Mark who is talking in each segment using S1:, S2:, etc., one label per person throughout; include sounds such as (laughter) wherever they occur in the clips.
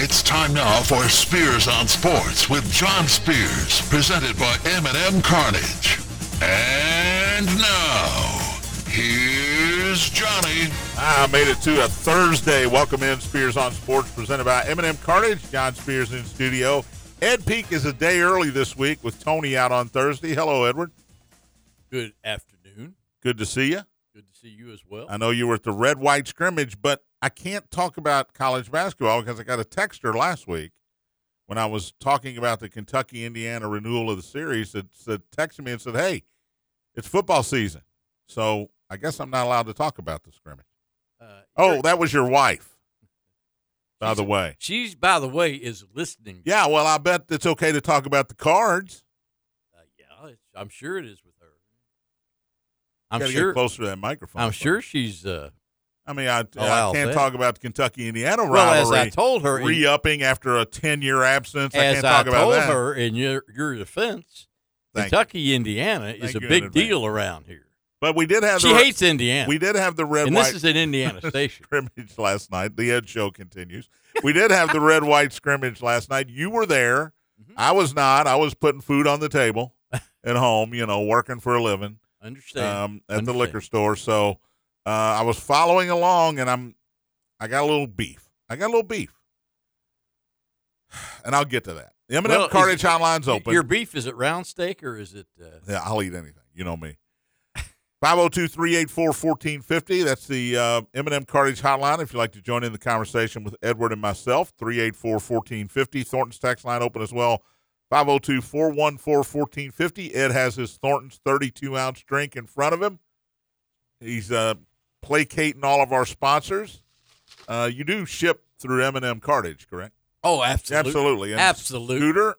S1: It's time now for Spears on Sports with John Spears, presented by M&M Carnage. And now, here's Johnny.
S2: I made it to a Thursday. Welcome in Spears on Sports, presented by Eminem Carnage. John Spears in studio. Ed Peak is a day early this week with Tony out on Thursday. Hello, Edward.
S3: Good afternoon.
S2: Good to see you.
S3: Good to see you as well.
S2: I know you were at the red white scrimmage, but I can't talk about college basketball because I got a texter last week when I was talking about the Kentucky Indiana renewal of the series that said texted me and said, Hey, it's football season. So I guess I'm not allowed to talk about the scrimmage.
S3: Uh,
S2: Oh,
S3: you're-
S2: that was your wife. By the
S3: She's-
S2: way.
S3: she's by the way is listening.
S2: Yeah, well, I bet it's okay to talk about the cards.
S3: uh, yeah. It's, I'm sure it is with her.
S2: You
S3: I'm
S2: gotta
S3: sure.
S2: get closer to that microphone.
S3: I'm sure she's. Uh,
S2: I mean, I, I
S3: I'll
S2: can't
S3: bet.
S2: talk about the Kentucky Indiana
S3: well, as I
S2: rivalry
S3: told her, in-
S2: re-upping after a ten-year absence. I
S3: as
S2: can't talk
S3: I
S2: about
S3: told
S2: that.
S3: her in your your defense,
S2: Thank you.
S3: Kentucky, Indiana
S2: Thank
S3: is a
S2: you in
S3: big
S2: advance.
S3: deal around here.
S2: But we did have
S3: She
S2: the,
S3: hates Indiana,
S2: we did have the red
S3: and
S2: white
S3: this is
S2: (laughs)
S3: an Indiana station.
S2: scrimmage last night. The Ed Show continues. We did have the red white scrimmage last night. You were there.
S3: Mhm.
S2: I was not. I was putting food on the table at home. You know, working for a living.
S3: Understand?
S2: um, at the
S3: Understand.
S2: liquor store. So uh, I was following along, and I'm I got a little beef. I got a little beef, (sighs) and I'll get to that. The M&M
S3: Well, is
S2: Carnage
S3: it-
S2: Hotline's
S3: Y-
S2: open.
S3: Your beef is it round steak or is it? Uh,
S2: yeah, I'll eat anything. You know me. (laughs) 502-384-1450. That's the uh, M&M Cartage Hotline. If you'd like to join in the conversation with Edward and myself, 384-1450. Thornton's tax line open as well, 502-414-1450. Ed has his Thornton's 32-ounce drink in front of him. He's uh, placating all of our sponsors. Uh, you do ship through M&M Cartage, correct?
S3: oh, absolutely.
S2: Absolutely. And
S3: Absolutely.
S2: Scooter.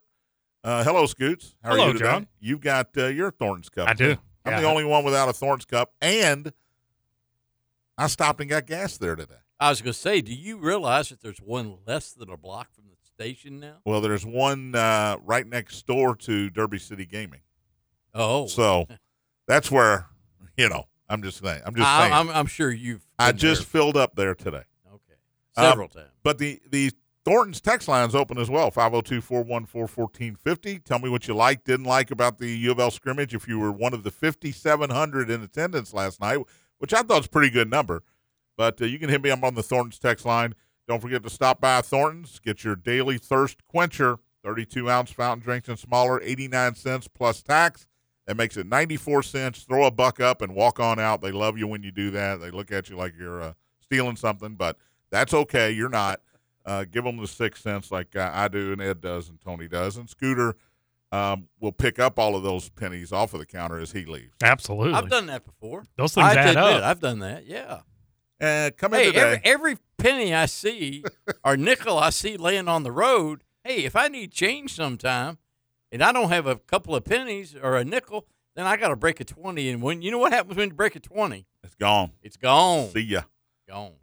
S2: Uh, hello, Scoots. How are
S4: Hello,
S2: you today?
S4: John.
S2: You've got uh, your Thorns cup.
S4: I do.
S2: I'm
S4: Yeah.
S2: the only one without a Thorns cup, and I stopped and got gas there today.
S3: I was going to say, do you realize that there's one less than a block from the station now?
S2: Well, there's one uh, right next door to Derby City Gaming,
S3: Oh,
S2: so that's where you know. I'm just saying. I'm just
S3: I,
S2: saying. i
S3: I'm, I'm sure you've. been
S2: just filled up there today.
S3: there. okay
S2: Uh,
S3: several times.
S2: But the the Thornton's text line's open as well, 502-414-1450. Tell me what you like, didn't like about the U of L scrimmage. If you were one of the 5,700 in attendance last night, which I thought is a pretty good number. But uh, you can hit me up on the Thornton's text line. Don't forget to stop by Thornton's. Get your daily thirst quencher, 32-ounce fountain drinks and smaller, 89 cents plus tax. That makes it 94 cents. Throw a buck up and walk on out. They love you when you do that. They look at you like you're uh, stealing something, but that's okay. You're not. Uh, give them the six cents like uh, I do and Ed does and Tony does. And Scooter um, will pick up all of those pennies off of the counter as he leaves.
S4: Absolutely.
S3: I've done that before.
S4: Those Hmm.
S3: I
S4: things
S3: have to
S4: add
S3: admit,
S4: up.
S3: I've done that. Yeah.
S2: Uh, come in
S3: Hey,
S2: today.
S3: every, every penny I
S2: (laughs)
S3: see or nickel I see laying on the road, hey, if I need change sometime and I don't have a couple of pennies or a nickel, then I got to break a 20. And when you know what happens when you break a 20?
S2: it's gone.
S3: It's gone.
S2: See ya.
S3: Gone.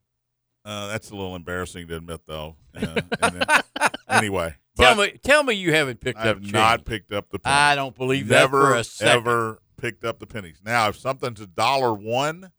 S2: Uh, that's a little embarrassing to admit, though. Uh, and then-
S3: (laughs)
S2: anyway,
S3: Tell
S2: but
S3: me, tell me you haven't picked
S2: I
S3: up
S2: have
S3: change.
S2: not picked up the pennies.
S3: I don't believe
S2: Never
S3: that for a second.
S2: ever picked up the pennies. Now, if something's a dollar one,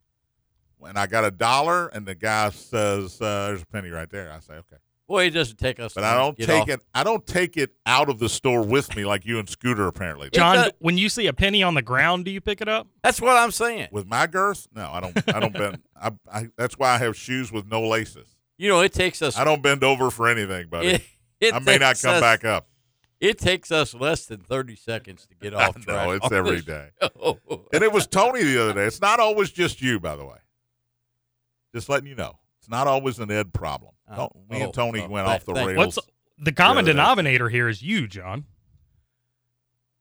S2: when I got a dollar and the guy says uh, there's a penny right there, I say okay.
S3: Boy, it doesn't take us.
S2: But
S3: long
S2: I
S3: to
S2: don't
S3: get
S2: take
S3: off.
S2: it. I don't take it out of the store with me like you and Scooter apparently. do.
S4: John,
S3: It's a-
S4: when you see a penny on the ground, do you pick it up?
S3: That's what I'm saying.
S2: With my girth, no, I don't. I don't bend. I, I, that's why I have shoes with no laces.
S3: You know, it takes us.
S2: I don't bend over for anything, buddy.
S3: It, (laughs) it
S2: I may not
S3: takes
S2: come
S3: us-
S2: back up.
S3: It takes us less than 30 seconds to
S2: (laughs)
S3: get off track.
S2: no, it's
S3: on
S2: every
S3: this
S2: day.
S3: show. (laughs)
S2: And it was Tony the other day. It's not always just you, by the way. Just letting you know, it's not always an Ed problem.
S3: Oh,
S2: Don't- me and
S3: oh,
S2: Tony
S3: oh,
S2: went
S3: thank-
S2: off the
S3: thank-
S2: rails.
S4: What's the common
S2: Yeah, that-
S4: denominator here is you, John.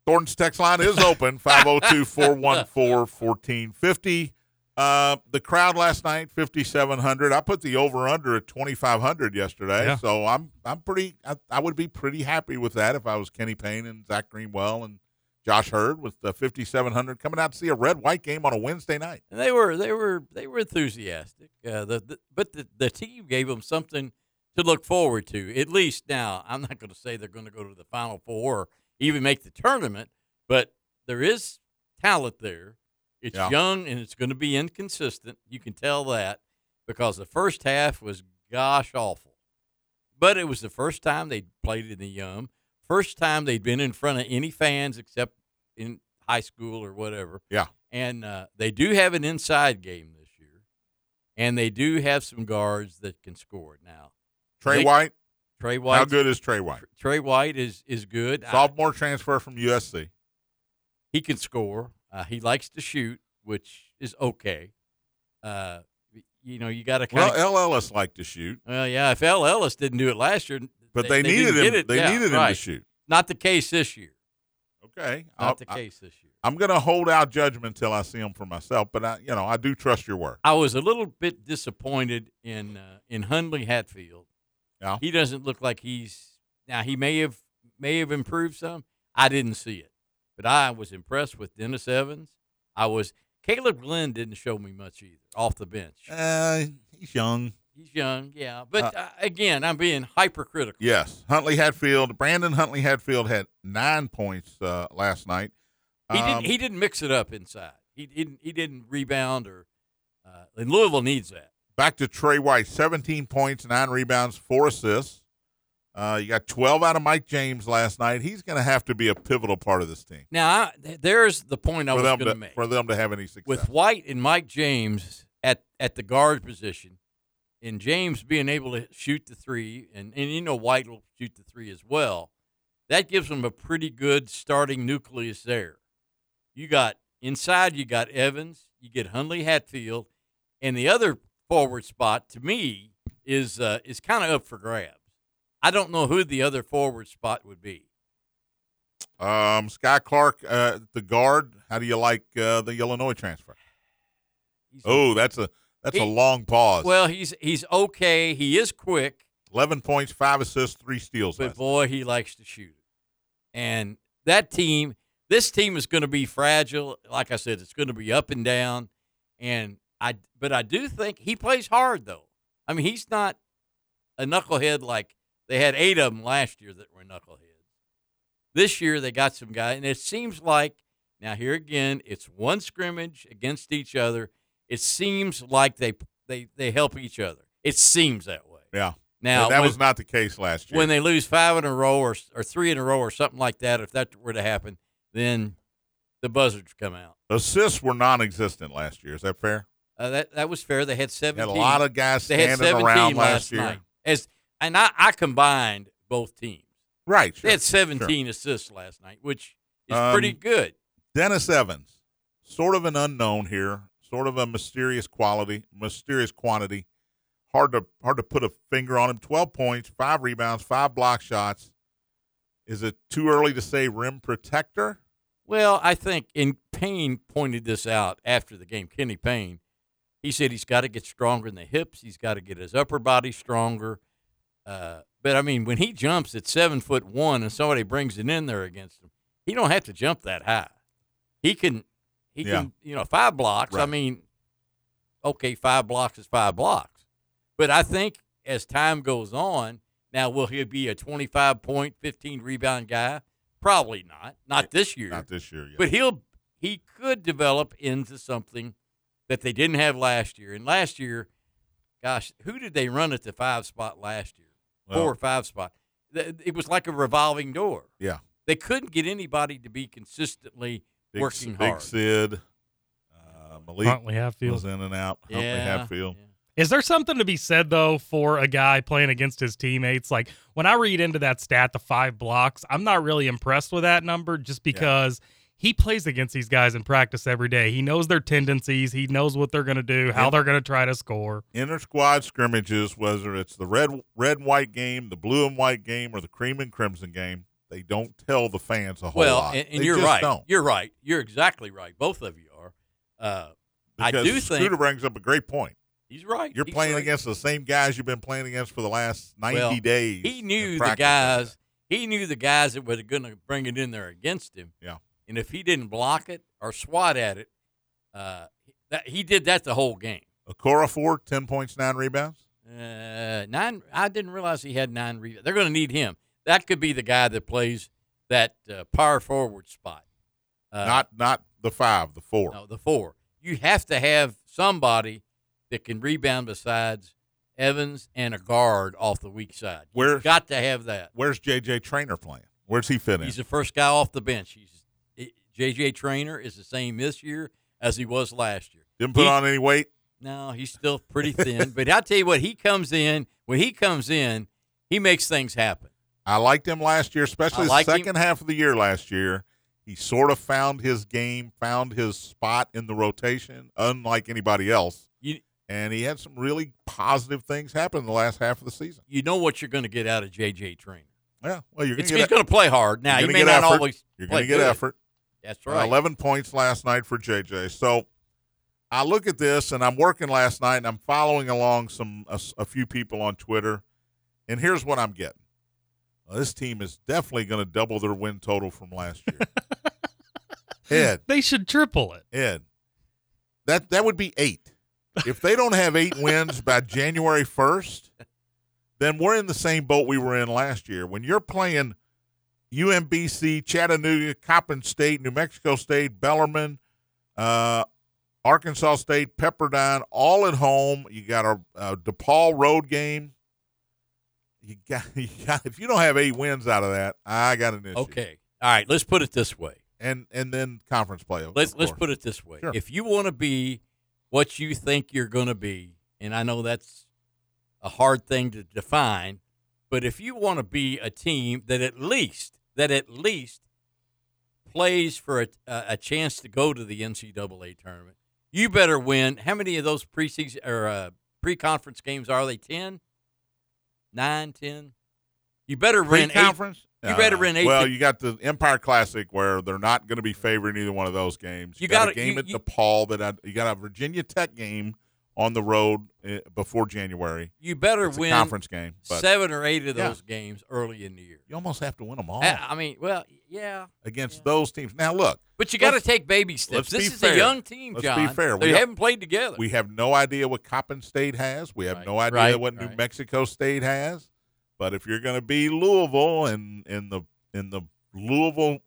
S2: Thornton's text line is
S3: (laughs)
S2: open 502 414 1450. Uh, The crowd last night, 5,700. I put the over under at 2,500 yesterday.
S4: Yeah.
S2: So I'm I'm pretty, I, I would be pretty happy with that if I was Kenny Payne and Zach Greenwell and Josh Hurd with the 5,700 coming out to see a red white game on a Wednesday night.
S3: And they were they were they were enthusiastic. Uh, the, the, but the, the team gave them something to look forward to. At least now, I'm not going to say they're going to go to the final four or even make the tournament, but there is talent there. It's
S2: Yeah.
S3: young and it's going to be inconsistent. You can tell that because the first half was gosh awful. But it was the first time they'd played in the Yum, first time they'd been in front of any fans except in high school or whatever.
S2: Yeah.
S3: And uh, they do have an inside game this year, and they do have some guards that can score. Now,
S2: Trey
S3: They-
S2: White.
S3: Trey
S2: How
S3: White,
S2: good is Trey White?
S3: Trey White is is good. I-
S2: Sophomore transfer from USC.
S3: he can score. Uh, he likes to shoot, which is okay. Uh, you know, you got to kind
S2: Well,
S3: of.
S2: L. Ellis liked to shoot,
S3: Well, yeah, if L. Ellis didn't do it last year,
S2: but they,
S3: didn't
S2: needed him.
S3: get it.
S2: They
S3: Yeah,
S2: needed him to
S3: right.
S2: shoot.
S3: Not the case this year.
S2: Okay,
S3: Not
S2: I'll-
S3: the
S2: Oh, I,
S3: case this year.
S2: am going to hold out judgment until I see him for myself. But I, you know, I do trust your work.
S3: I was a little bit disappointed in uh, in Hundley Hatfield.
S2: Yeah.
S3: He doesn't look like he's now. He may have may have improved some. I didn't see it, but I was impressed with Dennis Evans. I was Caleb Glenn didn't show me much either off the bench.
S2: Uh, he's young.
S3: He's young, yeah. But uh, again, I'm being hypercritical.
S2: Yes, Huntley Hatfield. Brandon Huntley Hatfield had nine points uh, last night.
S3: He
S2: Um,
S3: didn't. He didn't mix it up inside. He didn't. He didn't rebound or. Uh, and Louisville needs that.
S2: back to Trey White, 17 points, nine rebounds, four assists. Uh, you got 12 out of Mike James last night. He's going to have to be a pivotal part of this team
S3: Now, I, th- there's the point I
S2: for
S3: was
S2: them
S3: going
S2: to
S3: to make.
S2: for them to have any success.
S3: With White and Mike James at, at the guard position, and James being able to shoot the three, and, and you know White will shoot the three as well, that gives them a pretty good starting nucleus there. You got inside, you got Evans, you get Hundley Hatfield, and the other forward spot to me is uh, is kind of up for grabs. I don't know who the other forward spot would be.
S2: um, Sky Clark, uh, the guard. How do you like uh, the Illinois transfer?
S3: He's-
S2: Oh, that's a that's a
S3: He-
S2: long pause.
S3: Well, he's he's okay. He is quick.
S2: 11 points, five assists, three steals.
S3: But
S2: last
S3: boy, he likes to shoot. And that team, this team is going to be fragile. Like I said, it's going to be up and down. And I, but I do think he plays hard though. I mean, he's not a knucklehead like they had eight of them last year that were knuckleheads. This year they got some guy, and it seems like now here again, it's one scrimmage against each other. It seems like they they they help each other. It seems that way.
S2: Yeah.
S3: Now
S2: And that
S3: when-
S2: was not the case last year.
S3: when they lose five in a row or, or three in a row or something like that, if that were to happen, then the buzzards come out.
S2: assists were non-existent last year. Is that fair?
S3: Uh, that that was fair. They had
S2: Had a
S3: seventeen.
S2: lot of guys
S3: they had
S2: standing
S3: seventeen
S2: around
S3: last,
S2: last, year.
S3: night. As and I, I combined both teams.
S2: Right. Sure.
S3: They had seventeen assists last night, which is
S2: Um,
S3: pretty good.
S2: Dennis Evans, sort of an unknown here, sort of a mysterious quality, mysterious quantity. Hard to hard to put a finger on him. Twelve points, five rebounds, five block shots. Is it too early to say rim protector?
S3: Well, I think and Payne pointed this out after the game. Kenny Payne, he said he's got to get stronger in the hips. He's got to get his upper body stronger. Uh, but I mean, when he jumps at seven foot one and somebody brings it in there against him, he don't have to jump that high. He can, he
S2: Yeah.
S3: can, you know, five blocks. I
S2: Right.
S3: mean, okay, five blocks is five blocks. But I think as time goes on, now will he be a twenty-five point, fifteen rebound guy? Probably not. Not this year.
S2: Not this year yet.
S3: But he'll he could develop into something that they didn't have last year. And last year, gosh, who did they run at the five spot last year?
S2: Well,
S3: Four or five spot. Th- It was like a revolving door.
S2: Yeah.
S3: They couldn't get anybody to be consistently
S2: Big-
S3: working
S2: Big
S3: hard.
S2: Sid, uh, Malik
S4: Huntley Hatfield.
S2: was in and out. Huntley
S3: Yeah,
S2: Hatfield.
S3: yeah.
S4: Is there something to be said though for a guy playing against his teammates? Like when I read into that stat, the five blocks, I'm not really impressed with that number just because he plays against these guys in practice every day. He knows their tendencies, he knows what they're gonna do, how
S2: Yeah.
S4: they're gonna try to score.
S2: inter squad scrimmages, whether it's the red red and white game, the blue and white game, or the cream and crimson game, they don't tell the fans a whole
S3: well,
S2: lot.
S3: and, and
S2: They
S3: you're
S2: just
S3: right.
S2: Don't.
S3: You're right. You're exactly right. Both of you are. Uh, I
S2: Because
S3: do think-
S2: Scooter brings up a great point.
S3: he's right.
S2: You're
S3: He's
S2: playing
S3: right.
S2: against the same guys you've been playing against for the last 90
S3: Well,
S2: days.
S3: he
S2: in
S3: knew the
S2: practice.
S3: guys. He knew the guys that were going to bring it in there against him.
S2: Yeah.
S3: And if he didn't block it or swat at it, uh, that, he did that the whole game.
S2: Okora Ford, 10 points, nine rebounds.
S3: Uh, nine. I didn't realize he had nine rebounds. They're going to need him. That could be the guy that plays that uh, power forward spot. Uh,
S2: not not the five, the four.
S3: no, the four. You have to have somebody that can rebound besides Evans and a guard off the weak side. You've
S2: Where-
S3: got to have that.
S2: Where's JJ Trainer playing? Where's he fit in?
S3: He's the first guy off the bench. He's it- JJ Trainer is the same this year as he was last year.
S2: Didn't put
S3: he-
S2: on any weight.
S3: No, he's still pretty thin, but I'll tell you what, he comes in, when he comes in, he makes things happen.
S2: I liked him last year, especially the
S3: liked him.
S2: second half of the year last year. He sort of found his game, found his spot in the rotation, unlike anybody else.
S3: You-
S2: and he had some really positive things happen in the last half of the season.
S3: You know what you're going to get out of JJ Trainer.
S2: Yeah, well, you're
S3: It's,
S2: gonna
S3: he's
S2: get, a-
S3: going to play hard. Now,
S2: you're gonna
S3: he may
S2: get
S3: not
S2: effort.
S3: always.
S2: you're
S3: play
S2: gonna get
S3: good.
S2: effort.
S3: That's
S2: Uh,
S3: right.
S2: 11 points last night for JJ. So I look at this and I'm working last night and I'm following along some a, s- a few people on Twitter. And here's what I'm getting. Well, this team is definitely going to double their win total from last year. Ed,
S4: They should triple it.
S2: Ed. That that would be 8. If they don't have
S3: (laughs)
S2: 8 wins by January 1st, then we're in the same boat we were in last year. When you're playing UMBC, Chattanooga, Coppin State, New Mexico State, Bellarmine, uh, Arkansas State, Pepperdine, all at home. You got a, a DePaul road game. You got, (laughs) you got if you don't have eight wins out of that, I got an issue.
S3: Okay. All right. Let's put it this way.
S2: and and then conference play. of
S3: Let's let's
S2: course.
S3: put it this way.
S2: Sure.
S3: If you want to be what you think you're going to be, and I know that's a hard thing to define, but if you want to be a team that at least that at least plays for a, a a chance to go to the NCAA tournament, you better win. How many of those preseason or uh, pre-conference games are they? 10? 9, 10? You better win eight
S2: pre-conference.
S3: you better win eight
S2: Uh, Well,
S3: to-
S2: you got the Empire Classic where they're not going to be favoring either one of those games.
S3: You
S2: got a
S3: gotta-
S2: game
S3: you-
S2: at
S3: you-
S2: DePaul that I, you got a Virginia Tech game on the road uh, before January.
S3: You better
S2: It's a
S3: win
S2: conference game, but
S3: seven or eight of
S2: Yeah.
S3: those games early in the year.
S2: you almost have to win them all
S3: Uh, I I mean, well, yeah,
S2: against those teams. Now, look,
S3: but you got to
S2: Let's-
S3: take baby
S2: let's
S3: steps.
S2: be
S3: This is
S2: fair.
S3: a young team,
S2: Let's be
S3: John.
S2: fair.
S3: They
S2: We-
S3: haven't played together.
S2: we have no idea what Coppin State has. We have
S3: Right,
S2: no idea
S3: right,
S2: what New
S3: right.
S2: Mexico State has. But if you're going to be Louisville and in the in the Louisville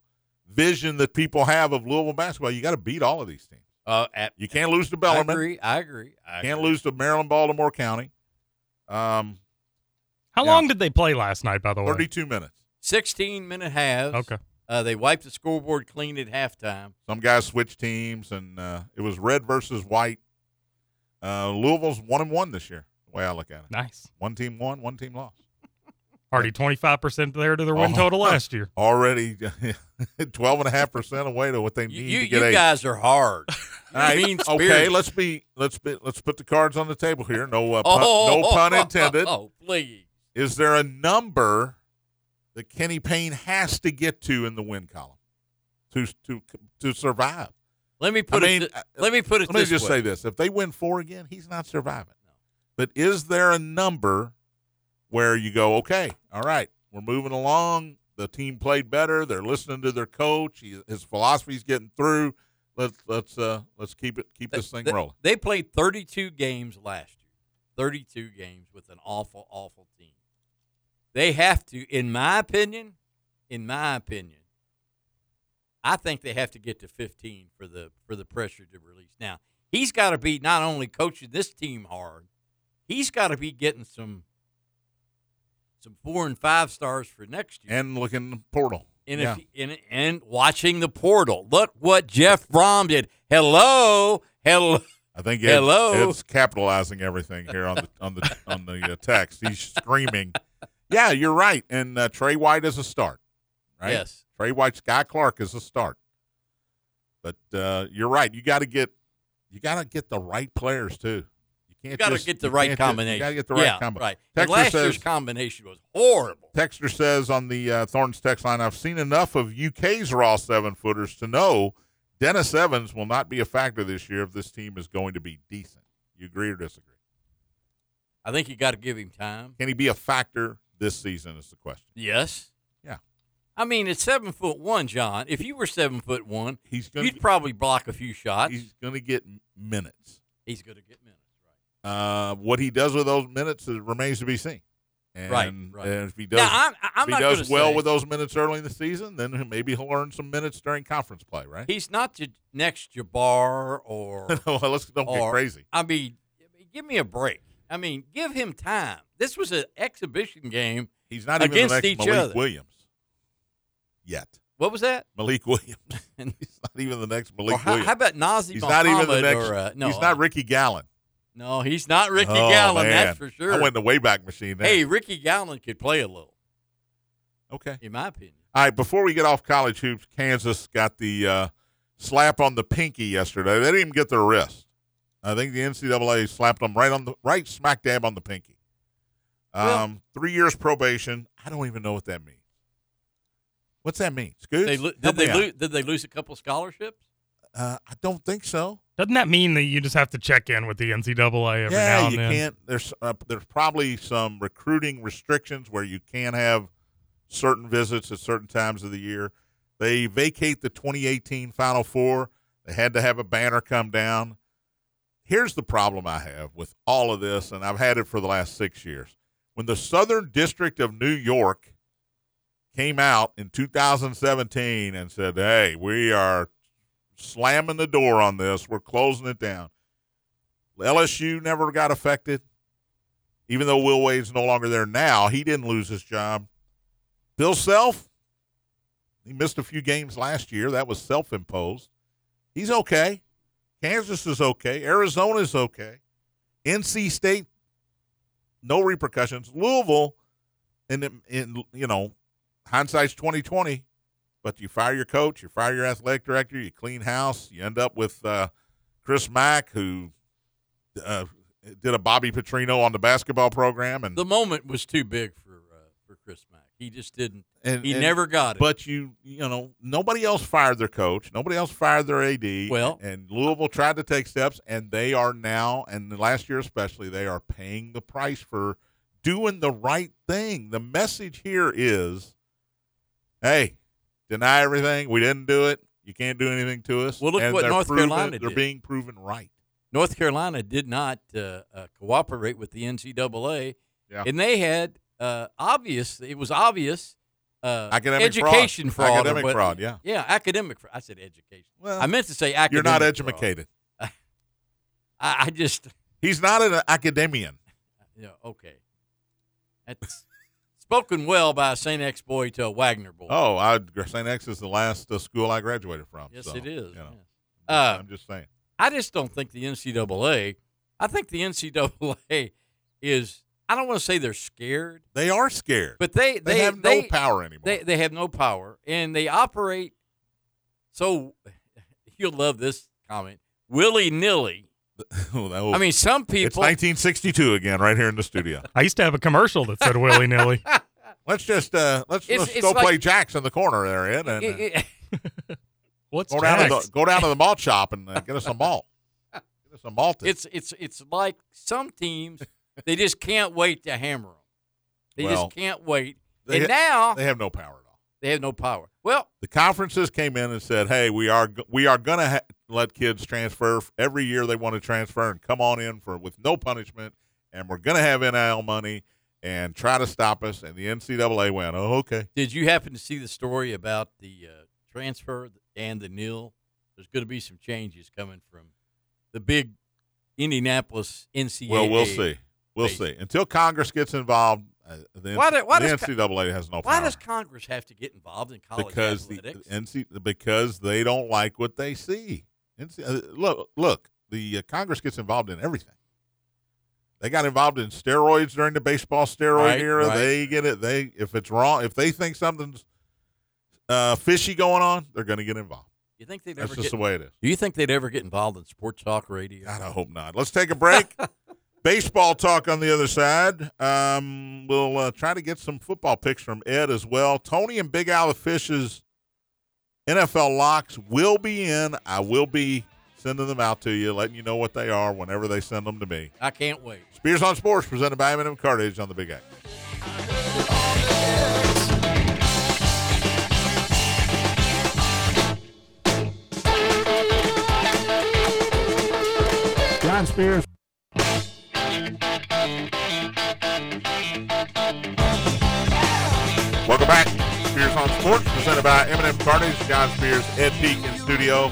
S2: vision that people have of Louisville basketball, you got to beat all of these teams.
S3: uh, at,
S2: You can't lose to
S3: I
S2: Bellarmine.
S3: agree. I agree. I
S2: Can't
S3: agree.
S2: lose to Maryland Baltimore County. Um,
S4: How
S2: Yeah.
S4: long did they play last night, by the way?
S2: 32 minutes.
S3: Sixteen minute halves.
S4: Okay.
S3: Uh, they wiped the scoreboard clean at halftime.
S2: Some guys switched teams, and uh, it was red versus white. Uh, Louisville's one and one this year. The way I look at it,
S4: Nice.
S2: one team won, one team lost.
S4: Already 25% there to their win
S2: Oh. (laughs)
S4: total last year.
S2: Already (laughs) 12 and a half percent away to what they need
S3: You, you,
S2: to
S3: you
S2: get eight.
S3: guys
S2: (laughs)
S3: are hard.
S2: All right,
S3: mean
S2: okay,
S3: spirited.
S2: let's be let's be let's put the cards on the table here. No
S3: (laughs)
S2: uh, pun,
S3: oh,
S2: no pun intended.
S3: Oh, please.
S2: Is there a number that Kenny Payne has to get to in the win column to to to survive?
S3: Let me put
S2: I mean,
S3: it.
S2: uh,
S3: thi- let me put it.
S2: Let me
S3: this
S2: just
S3: way.
S2: say this: if they win four again, he's not surviving.
S3: No.
S2: But is there a number where you go, okay, all right, we're moving along. The team played better. They're listening to their coach. He, his philosophy's getting through. Let's let's uh let's keep it keep this thing
S3: They-
S2: rolling.
S3: They played 32 games last year. 32 games with an awful, awful team. They have to, in my opinion, in my opinion, I think they have to get to 15 for the for the pressure to release. Now he's got to be not only coaching this team hard, he's got to be getting some some four and five stars for next year.
S2: And look in the portal.
S3: And
S2: yeah.
S3: if and, and watching the portal, look what Jeff Brom did. Hello, hello.
S2: I think Ed,
S3: Hello?
S2: Ed's capitalizing everything here on the on the on the uh, text. He's screaming. Yeah, you're right. And uh, Trey White is a start, right?
S3: Yes.
S2: Trey White, Sky Clark is a start. But uh, you're right. You got to get you got to get the right players too. You can't
S3: You got to
S2: just-
S3: get the
S2: you
S3: right
S2: can't just-
S3: combination.
S2: you got to get the right
S3: yeah,
S2: combination.
S3: Right. And
S2: Texter
S3: last year's
S2: says-
S3: combination was horrible.
S2: Texter says on the uh, Thorns text line, I've seen enough of UK's raw seven footers to know Dennis Evans will not be a factor this year if this team is going to be decent. You agree or disagree?
S3: I think you got to give him time.
S2: Can he be a factor this season? Is the question.
S3: Yes.
S2: Yeah.
S3: I mean, at seven foot one, John. If you were seven foot one,
S2: He's going
S3: you'd probably block a few shots.
S2: he's going to get minutes.
S3: He's going to get minutes. Right.
S2: Uh, what he does with those minutes is, remains to be seen. And,
S3: Right, right.
S2: And if he does,
S3: now, I'm, I'm
S2: if
S3: not
S2: he
S3: gonna
S2: does well
S3: say,
S2: with those minutes early in the season, then maybe he'll earn some minutes during conference play, right?
S3: He's not the next Jabbar or.
S2: (laughs)
S3: (laughs)
S2: well, let's don't get
S3: or-
S2: crazy.
S3: I mean, give me a break. I mean, give him time. This was an exhibition game.
S2: He's not even
S3: Against
S2: the next
S3: each
S2: Malik
S3: other.
S2: Williams yet.
S3: What was that?
S2: Malik (laughs) Williams. He's not even the next Malik
S3: Or how,
S2: Williams.
S3: how about Nazi
S2: he's not even the
S3: Muhammad
S2: next.
S3: or, uh, no,
S2: he's not Ricky Gallen.
S3: no, he's not Ricky
S2: Oh,
S3: Gallen.
S2: man.
S3: That's for sure.
S2: I went in the Wayback Machine. There.
S3: Hey, Ricky Gallen could play a little,
S2: Okay.
S3: in my opinion.
S2: All right, before we get off college hoops, Kansas got the uh, slap on the pinky yesterday. They didn't even get their wrist. I think the NCAA slapped them right on the right smack dab on the pinky. Um,
S3: Well-
S2: three years probation. I don't even know what that means. What's that mean? Scoots?
S3: They, lo- did
S2: Help me
S3: they
S2: out.
S3: lose? Did they lose a couple scholarships?
S2: Uh, I don't think so.
S4: Doesn't that mean that you just have to check in with the NCAA every now
S2: yeah,
S4: and
S2: you
S4: then?
S2: can't. There's uh, there's probably some recruiting restrictions where you can't have certain visits at certain times of the year. They vacate the 2018 Final Four. They had to have a banner come down. Here's the problem I have with all of this, and I've had it for the last six years. When the Southern District of New York came out in 2017 and said, "Hey, we are slamming the door on this. We're closing it down." LSU never got affected. Even though Will Wade's no longer there now, he didn't lose his job. Bill Self, he missed a few games last year. That was self imposed. He's okay. Kansas is okay. Arizona's okay. NC State, no repercussions. Louisville, in, the- in you know, hindsight's twenty twenty, but you fire your coach, you fire your athletic director, you clean house, you end up with uh, Chris Mack, who uh, did a Bobby Petrino on the basketball program, and
S3: The moment was too big for uh, for Chris Mack. He just didn't.
S2: and,
S3: He
S2: and-
S3: never got it.
S2: But you, you know, nobody else fired their coach. Nobody else fired their AD.
S3: Well-
S2: and Louisville tried to take steps, and they are now, and last year especially, they are paying the price for doing the right thing. The message here is, hey, deny everything. We didn't do it. You can't do anything to us.
S3: Well, look
S2: And
S3: what
S2: they're
S3: North
S2: proven-
S3: Carolina
S2: They're
S3: did.
S2: being proven right.
S3: North Carolina did not uh, uh, cooperate with the NCAA,
S2: Yeah.
S3: and they had uh, obvious. It was obvious uh,
S2: Academic
S3: education fraud, or
S2: Academic
S3: what-
S2: fraud. Yeah.
S3: yeah, academic. Fraud. I said education.
S2: Well,
S3: I meant to say academic.
S2: you're not
S3: fraud.
S2: educated.
S3: I, I just
S2: He's not an academician.
S3: you know, okay. That's (laughs) spoken well by a Saint X boy to a Wagner boy.
S2: Oh, I St. X is the last uh, school I graduated from.
S3: yes,
S2: so,
S3: it is.
S2: you know,
S3: yes. Uh,
S2: I'm just saying.
S3: I just don't think the NCAA. I think the NCAA is. I don't want to say they're scared,
S2: They are scared.
S3: but they
S2: they,
S3: they
S2: have
S3: they,
S2: no power anymore. (laughs)
S3: They they have no power, and they operate so. (laughs) You'll love this comment, willy nilly.
S2: Oh, that was-
S3: I mean, some
S2: it's
S3: (laughs) people.
S2: 1962 again, right here in the
S3: (laughs)
S2: studio.
S4: I used to have a commercial that said
S2: (laughs)
S4: willy nilly.
S2: let's just uh, let's,
S3: It's-
S2: let's
S3: it's
S2: go
S3: like-
S2: play jacks in the corner there, Ed, and uh,
S3: it- it-
S4: What's
S2: go down to
S4: next?
S2: the go down to the malt shop and uh, get us a
S3: (laughs)
S2: malt. Get us a malt.
S3: it's it's it's like some
S2: (laughs)
S3: teams they just can't wait to hammer them. They
S2: Well,
S3: just can't wait,
S2: they,
S3: and now
S2: they have no power at all.
S3: they have no power. Well,
S2: the conferences came in and said, "Hey, we are g- we are going to ha- let kids transfer f- every year they want to transfer and come on in for with no punishment, and we're going to have NIL money and try to stop us." And the NCAA went, "Oh, okay."
S3: Did you happen to see the story about the uh, transfer and the nil? There's going to be some changes coming from the big Indianapolis NCAA.
S2: Well, we'll see. We'll
S3: Hey.
S2: see. Until Congress gets involved, uh, the,
S3: Why do- why
S2: the
S3: does Con-
S2: NCAA has no
S3: Why
S2: power
S3: does Congress have to get involved in college
S2: because the,
S3: athletics?
S2: NC because they don't like what they see. NC, uh, look, look, the uh, Congress gets involved in everything. They got involved in steroids during the baseball steroid
S3: Right,
S2: era.
S3: right.
S2: They get it. They if it's wrong, if they think something's uh, fishy going on, they're going to get involved.
S3: you think they'd
S2: That's
S3: ever
S2: just
S3: get,
S2: the way it is.
S3: Do you think they'd ever get involved in sports talk radio?
S2: God, I hope not. Let's take a break. Baseball talk on the other side. Um, we'll uh, try to get some football picks from Ed as well. Tony and Big Al the Fish's NFL locks will be in. I will be sending them out to you, letting you know what they are whenever they send them to me.
S3: I can't wait.
S2: Spears on Sports, presented by M&M Cartage on the Big X.
S5: John Spears.
S2: Welcome back. Spears on Sports, presented by Eminem Carnage, John Spears, Ed Peek in studio,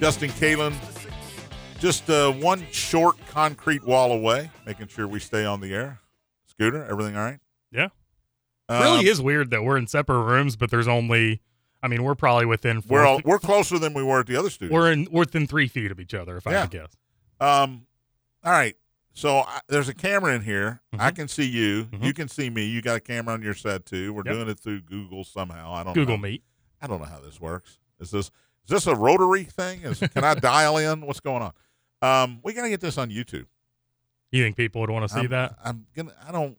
S2: Justin Kalen, Just uh, one short concrete wall away, making sure we stay on the air. Scooter, everything all right?
S4: Yeah.
S2: Um,
S4: really is weird that we're in separate rooms, but there's only, I mean, we're probably within four
S2: We're all,
S4: fe-
S2: we're closer than we were at the other studio.
S4: we're in we're within three feet of each other, if I
S2: Yeah.
S4: had to guess.
S2: Um, all right. So I, there's a camera in here. I can see you.
S4: Mhm.
S2: You can see me. You got a camera on your set too. We're
S4: Yep.
S2: doing it through Google somehow. I don't
S4: Google
S2: know.
S4: Meet.
S2: I don't know how this works. Is this is this a rotary thing? Is can
S4: (laughs)
S2: I dial in? What's going on? Um, we gotta get this on YouTube.
S4: You think people would want to see
S2: I'm,
S4: that?
S2: I'm gonna. I don't.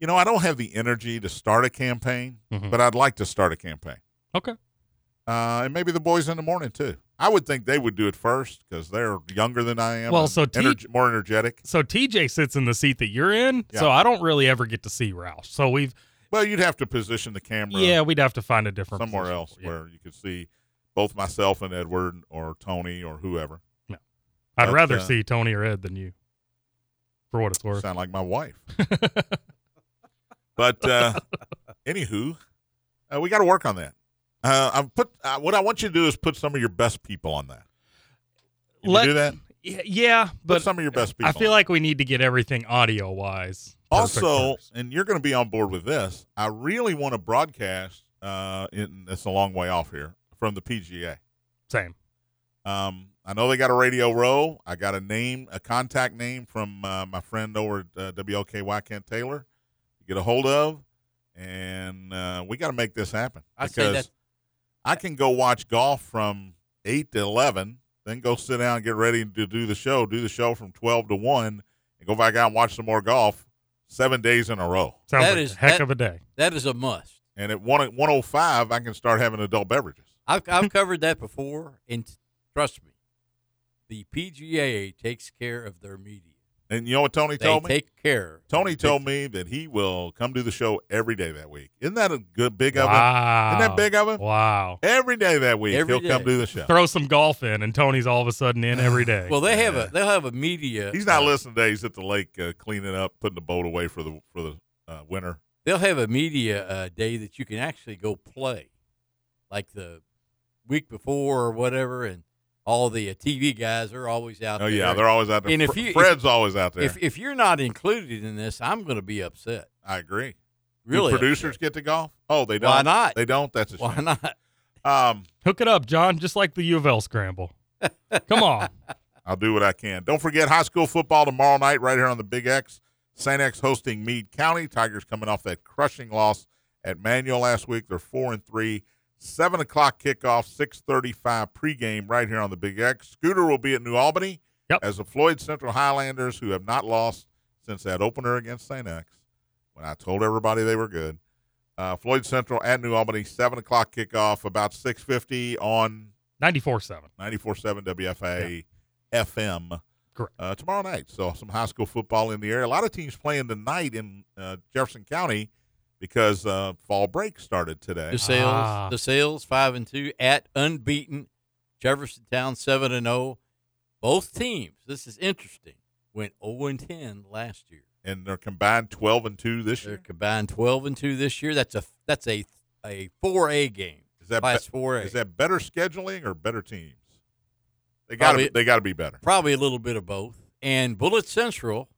S2: You know, I don't have the energy to start a campaign,
S4: Mhm.
S2: but I'd like to start a campaign.
S4: Okay.
S2: Uh, and maybe the boys in the morning too. I would think they would do it first because they're younger than I am.
S4: Well,
S2: and
S4: so T-
S2: energ- more energetic.
S4: So TJ sits in the seat that you're in,
S2: Yeah.
S4: so I don't really ever get to see Roush. So we've
S2: Well, you'd have to position the camera
S4: yeah, we'd have to find a different
S2: somewhere
S4: position.
S2: else
S4: Yeah.
S2: where you could see both myself and Edward or Tony or whoever.
S4: I'd
S2: but,
S4: rather
S2: uh,
S4: see Tony or Ed than you. For what it's worth.
S2: Sound like my
S4: (laughs)
S2: wife. but uh, anywho, uh, we got to work on that. Uh, I've put uh, what I want you to do is put some of your best people on that. Can you
S4: Let-
S2: do that?
S4: Y- yeah,
S2: put
S4: but
S2: some of your best people.
S4: I feel like we need to get everything audio wise.
S2: Also, and you're going to be on board with this. I really want to broadcast. Uh, in, it's a long way off here from the PGA.
S4: same.
S2: Um, I know they got a radio row. I got a name, a contact name from uh, my friend over at uh, WLKY Kent Taylor. to Get a hold of, and uh, we got to make this happen
S3: I say
S2: because
S3: that-
S2: I can go watch golf from eight to eleven, then go sit down and get ready to do the show. Do the show from twelve to one, and go back out and watch some more golf seven days in a row.
S4: Sounds
S3: That
S4: like
S3: is-
S4: a heck
S3: that-
S4: of a day.
S3: That is a must.
S2: And at one one oh five, I can start having adult beverages.
S3: I've, I've covered that before, and t- trust me, the PGA takes care of their media.
S2: And you know what Tony
S3: They
S2: told me?
S3: take care.
S2: Tony
S3: They-
S2: told me that he will come do the show every day that week. Isn't that a good big of him?
S4: Wow.
S2: Isn't that big of him?
S4: Wow.
S2: Every day that week,
S3: Every
S2: he'll come
S3: day.
S2: do the show.
S4: Throw some golf in and Tony's all of a sudden in every day.
S3: (sighs) Well, they have
S2: Yeah.
S3: a they'll have a media.
S2: He's not
S3: uh,
S2: listening today. He's at the lake uh, cleaning up, putting the boat away for the for the uh, winter.
S3: They'll have a media uh, day that you can actually go play, like the week before or whatever, and all the uh, TV guys are always out.
S2: Oh
S3: there.
S2: yeah, they're always out there.
S3: And if
S2: Fre-
S3: you- if-
S2: Fred's always out there.
S3: If if you're not included in this, I'm going to be upset.
S2: I agree. Do
S3: Really,
S2: producers get to golf? Oh, they don't.
S3: Why not?
S2: They don't. That's a
S3: Why
S2: shame.
S3: not?
S2: Um,
S4: Hook it up, John, just like the U of L scramble.
S3: (laughs)
S4: Come on.
S2: I'll do what I can. Don't forget high school football tomorrow night, right here on the Big X. St. X hosting Meade County. Tigers coming off that crushing loss at Manual last week. They're four and three. Seven o'clock kickoff, six thirty-five pregame, right here on the Big X. Scooter will be at New Albany
S4: Yep.
S2: as the Floyd Central Highlanders, who have not lost since that opener against St. X, when I told everybody they were good. Uh, Floyd Central at New Albany, seven o'clock kickoff, about six fifty on
S4: 94 7.
S2: 94.7 WFA FM.
S4: Correct.
S2: Uh, tomorrow night. So some high school football in the area. A lot of teams playing tonight in uh, Jefferson County because uh, fall break started today.
S3: The sales,
S4: Ah.
S3: the sales, five and two at unbeaten Jefferson Town, seven and zero. Both teams. This is interesting. Went zero and ten last year.
S2: and they're combined 12 and 2 this
S3: They're
S2: year.
S3: combined twelve and two this year. That's a that's a a four A game.
S2: Is that,
S3: class
S2: be-
S3: four A?
S2: is that better scheduling or better teams? They got
S3: Probably-
S2: to they got to be better.
S3: probably a little bit of both? And Bullet Central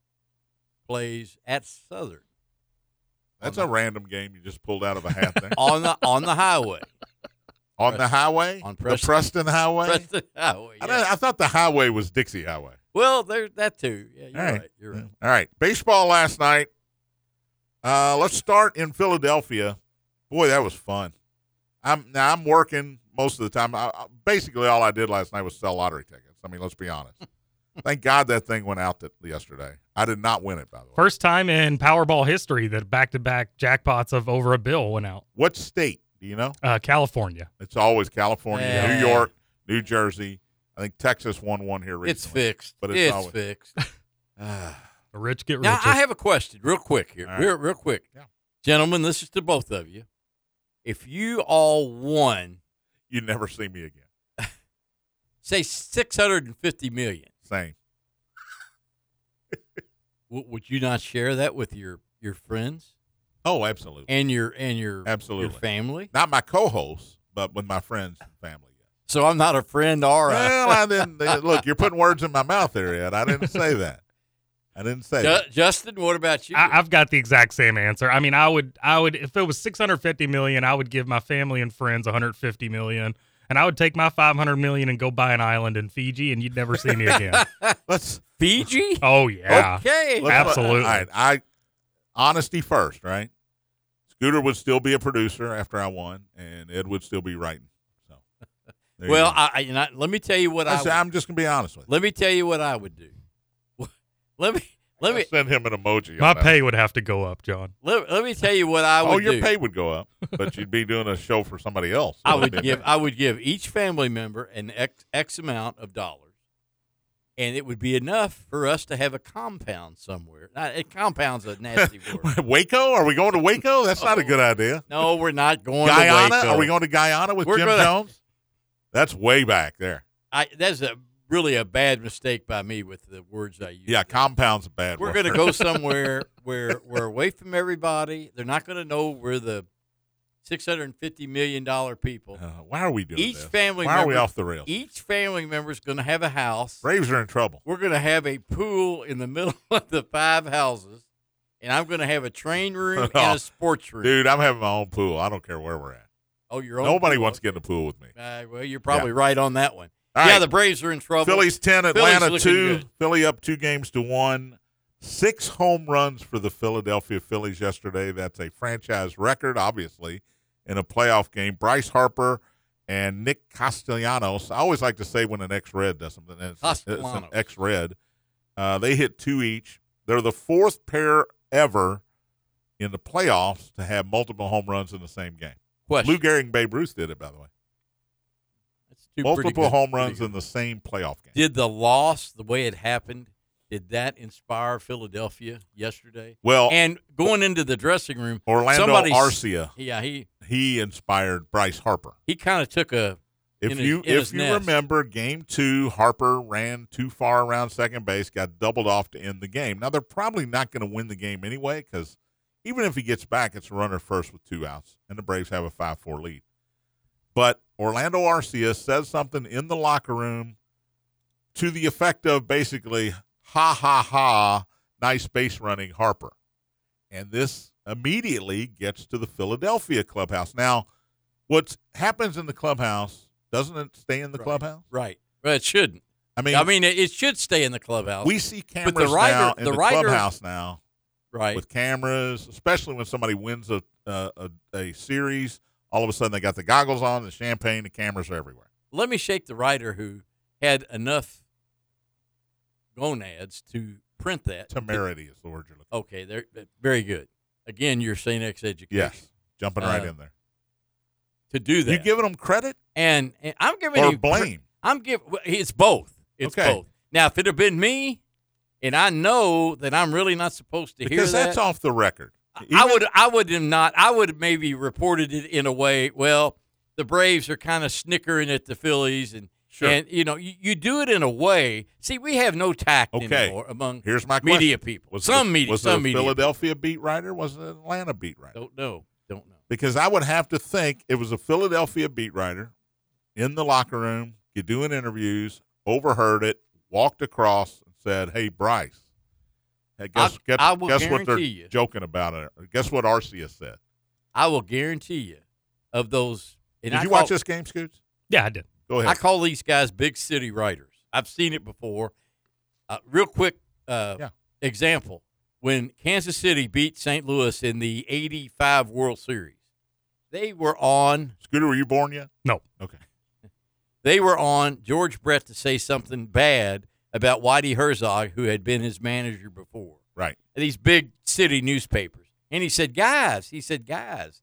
S3: plays at Southern
S2: That's
S3: on
S2: a random game you just pulled out of a
S3: (laughs)
S2: hat there.
S3: on the on
S2: (laughs)
S3: the highway.
S2: on the highway?
S3: On
S2: the
S3: Preston.
S2: Preston Highway?
S3: Preston Highway.
S2: I,
S3: yeah.
S2: don't- I thought the highway was Dixie Highway.
S3: well, there's that too. Yeah, you're
S2: All right.
S3: right. You're right.
S2: All right. Baseball last night. Uh, let's start in Philadelphia. Boy, that was fun. I'm now I'm working most of the time. I, I- basically, all I did last night was sell lottery tickets. I mean, let's be honest. Thank God that thing went out that, yesterday. I did not win it, by the way.
S4: First time in Powerball history that back to back jackpots of over a bill went out.
S2: What state do you know?
S4: Uh, California.
S2: It's always California,
S3: Yeah.
S2: New York, New Jersey. I think Texas won one here recently.
S3: It's fixed.
S2: but
S3: But
S2: it's
S3: it's,
S2: always- (laughs) Ah.
S3: fixed.
S4: The rich get richer.
S3: Now I have a question, real quick here,
S2: All right.
S3: real, real quick,
S2: Yeah.
S3: gentlemen. This is to both of you. If you all won,
S2: You never see me again.
S3: say six hundred and fifty million,
S2: Same.
S3: w- would you not share that with your your friends
S2: Oh, absolutely,
S3: and your and your
S2: absolutely.
S3: your family?
S2: Not my co-hosts, but with my friends and family.
S3: so I'm not a friend or a.
S2: Well, I didn't look. You're putting words in my mouth there, Ed. I didn't say that. I didn't say that.
S3: Ju- Justin, what about you?
S4: I, I've got the exact same answer. I mean, I would, I would, if it was 650 million, I would give my family and friends 150 million, and I would take my 500 million and go buy an island in Fiji, and you'd never see me (laughs) again.
S2: Let's (laughs)
S3: Fiji?
S4: oh yeah,
S3: Okay.
S2: let's
S4: Absolutely.
S2: All right. I honesty first, right? Scooter would still be a producer after I won, and Ed would still be writing. So, there you
S3: Well,
S2: go.
S3: I, I, you know, let me tell you what I.
S2: Listen,
S3: would-
S2: I'm just gonna be honest with you.
S3: Let me tell you what I would do. (laughs) Let me let me
S2: I'll send him an emoji.
S4: my
S2: on that.
S4: pay would have to go up, John.
S3: let, let me tell you what I would
S2: Oh, your
S3: do.
S2: pay would go up, but you'd be doing a show for somebody else.
S3: I
S2: That
S3: would
S2: be
S3: give I would give each family member an x x amount of dollars, and it would be enough for us to have a compound somewhere. Not, a compound's
S2: (laughs)
S3: a nasty word.
S2: (laughs) Waco? Are we going to Waco? That's not a
S3: Oh.
S2: good idea.
S3: No, we're not going
S2: Guyana?
S3: to Waco.
S2: Are we going to Guyana with
S3: We're
S2: Jim
S3: gonna-
S2: Jones? That's way back there.
S3: I, that's a really a bad mistake by me with the words I use.
S2: Yeah, compound's a bad
S3: we're
S2: word.
S3: going to go somewhere where we're away from everybody. They're not going to know we're the six hundred and fifty million dollar people.
S2: (laughs) Uh, why are we doing
S3: Each
S2: this?
S3: family
S2: Why are we
S3: member-
S2: off the rails?
S3: Each family member is going to have a house.
S2: Braves are in trouble.
S3: We're going to have a pool in the (laughs) middle of the five houses, and I'm going to have a
S2: (laughs)
S3: train room and
S2: Oh,
S3: a sports room.
S2: Dude, I'm having my own pool. I don't care where we're at.
S3: oh, your own
S2: Nobody
S3: pool.
S2: wants to get in the pool with me.
S3: Uh, well, you're probably right on that one.
S2: All
S3: yeah,
S2: right.
S3: the Braves are in trouble.
S2: Phillies 10,
S3: Philly's
S2: Atlanta
S3: looking
S2: 2.
S3: good.
S2: Philly up two games to one. Six home runs for the Philadelphia Phillies yesterday. That's a franchise record, obviously, in a playoff game. Bryce Harper and Nick Castellanos. I always like to say when an ex red does something, it's, it's an
S3: Castellanos.
S2: ex red. Uh, they hit two each. They're the fourth pair ever in the playoffs to have multiple home runs in the same game.
S3: Question.
S2: Lou Gehrig and Babe Ruth did it, by the way.
S3: That's two pretty
S2: Multiple
S3: good-
S2: home
S3: pretty
S2: runs
S3: good.
S2: in the same playoff game.
S3: Did the loss, the way it happened, did that inspire Philadelphia yesterday?
S2: Well,
S3: And going into the dressing room,
S2: Orlando
S3: somebody's-
S2: Arcia,
S3: yeah, he
S2: he inspired Bryce Harper.
S3: he kind of took a
S2: If
S3: In his-
S2: you
S3: in
S2: if
S3: his
S2: you
S3: nest.
S2: remember game 2, Harper ran too far around second base, got doubled off to end the game. Now they're probably not going to win the game anyway cuz even if he gets back, it's runner first with two outs and the Braves have a 5-4 lead. But Orlando Arcia says something in the locker room to the effect of basically ha ha ha, nice base running Harper. And this immediately gets to the Philadelphia clubhouse. Now, what happens in the clubhouse doesn't it stay in the
S3: Right.
S2: clubhouse?
S3: right. Well, it shouldn't.
S2: I mean,
S3: I mean, it, it should stay in the clubhouse.
S2: we see cameras
S3: the writer-
S2: now in
S3: the
S2: the,
S3: writer-
S2: clubhouse now
S3: right.
S2: with cameras, especially when somebody wins a, a a a series. All of a sudden, they got the goggles on, the champagne, the cameras are everywhere.
S3: Let me shake the writer who had enough gonads to print that.
S2: Temerity is the word you're looking.
S3: Okay, there. uh, Very good. Again, you're saying ex education.
S2: for. Yes, jumping right
S3: Uh,
S2: in there.
S3: To do that,
S2: You giving them credit
S3: and, and I'm giving
S2: or
S3: him cre-
S2: blame?
S3: I'm giving. It's both. It's
S2: Okay.
S3: both. Now, if it had been me, and I know that I'm really not supposed to hear
S2: because
S3: that,
S2: that's off the record.
S3: I
S2: Even-
S3: would I would have not I would have maybe reported it in a way, well, the Braves are kind of snickering at the Phillies and
S2: Sure.
S3: and you know, you, you do it in a way. See, we have no tact
S2: Okay.
S3: anymore among
S2: Here's my question.
S3: media people.
S2: Was
S3: some
S2: it, a-
S3: media
S2: was it
S3: some
S2: a
S3: media
S2: Philadelphia beat writer? Was it an Atlanta beat writer?
S3: don't know. Don't know.
S2: Because I would have to think it was a Philadelphia beat writer in the locker room, you doing interviews, overheard it, walked across and said, "Hey, Bryce, hey, guess, guess,
S3: I will
S2: guess what they're
S3: guarantee you.
S2: joking about? It. Guess what Arcia said?
S3: I will guarantee you of those and
S2: Did
S3: I
S2: you
S3: call,
S2: watch this game, Scoots?
S4: Yeah, I did.
S2: Go ahead.
S3: I call these guys big city writers. I've seen it before. Uh, real quick uh,
S2: Yeah.
S3: example when Kansas City beat St. Louis in the 85 World Series, they were on
S2: Scooter, were you born yet?
S3: they were on George Brett to say something bad about Whitey Herzog, who had been his manager before.
S2: Right.
S3: These big city newspapers. And he said, guys, he said, guys,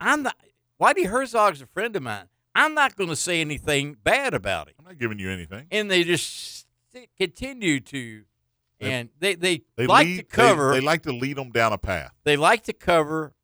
S3: I'm not Whitey Herzog's a friend of mine. I'm not going to say anything bad about him.
S2: I'm not giving you anything.
S3: and they just st- continue to,
S2: They-
S3: and they they,
S2: They
S3: like
S2: lead,
S3: to cover.
S2: They,
S3: They,
S2: they like to lead them down a path.
S3: like to cover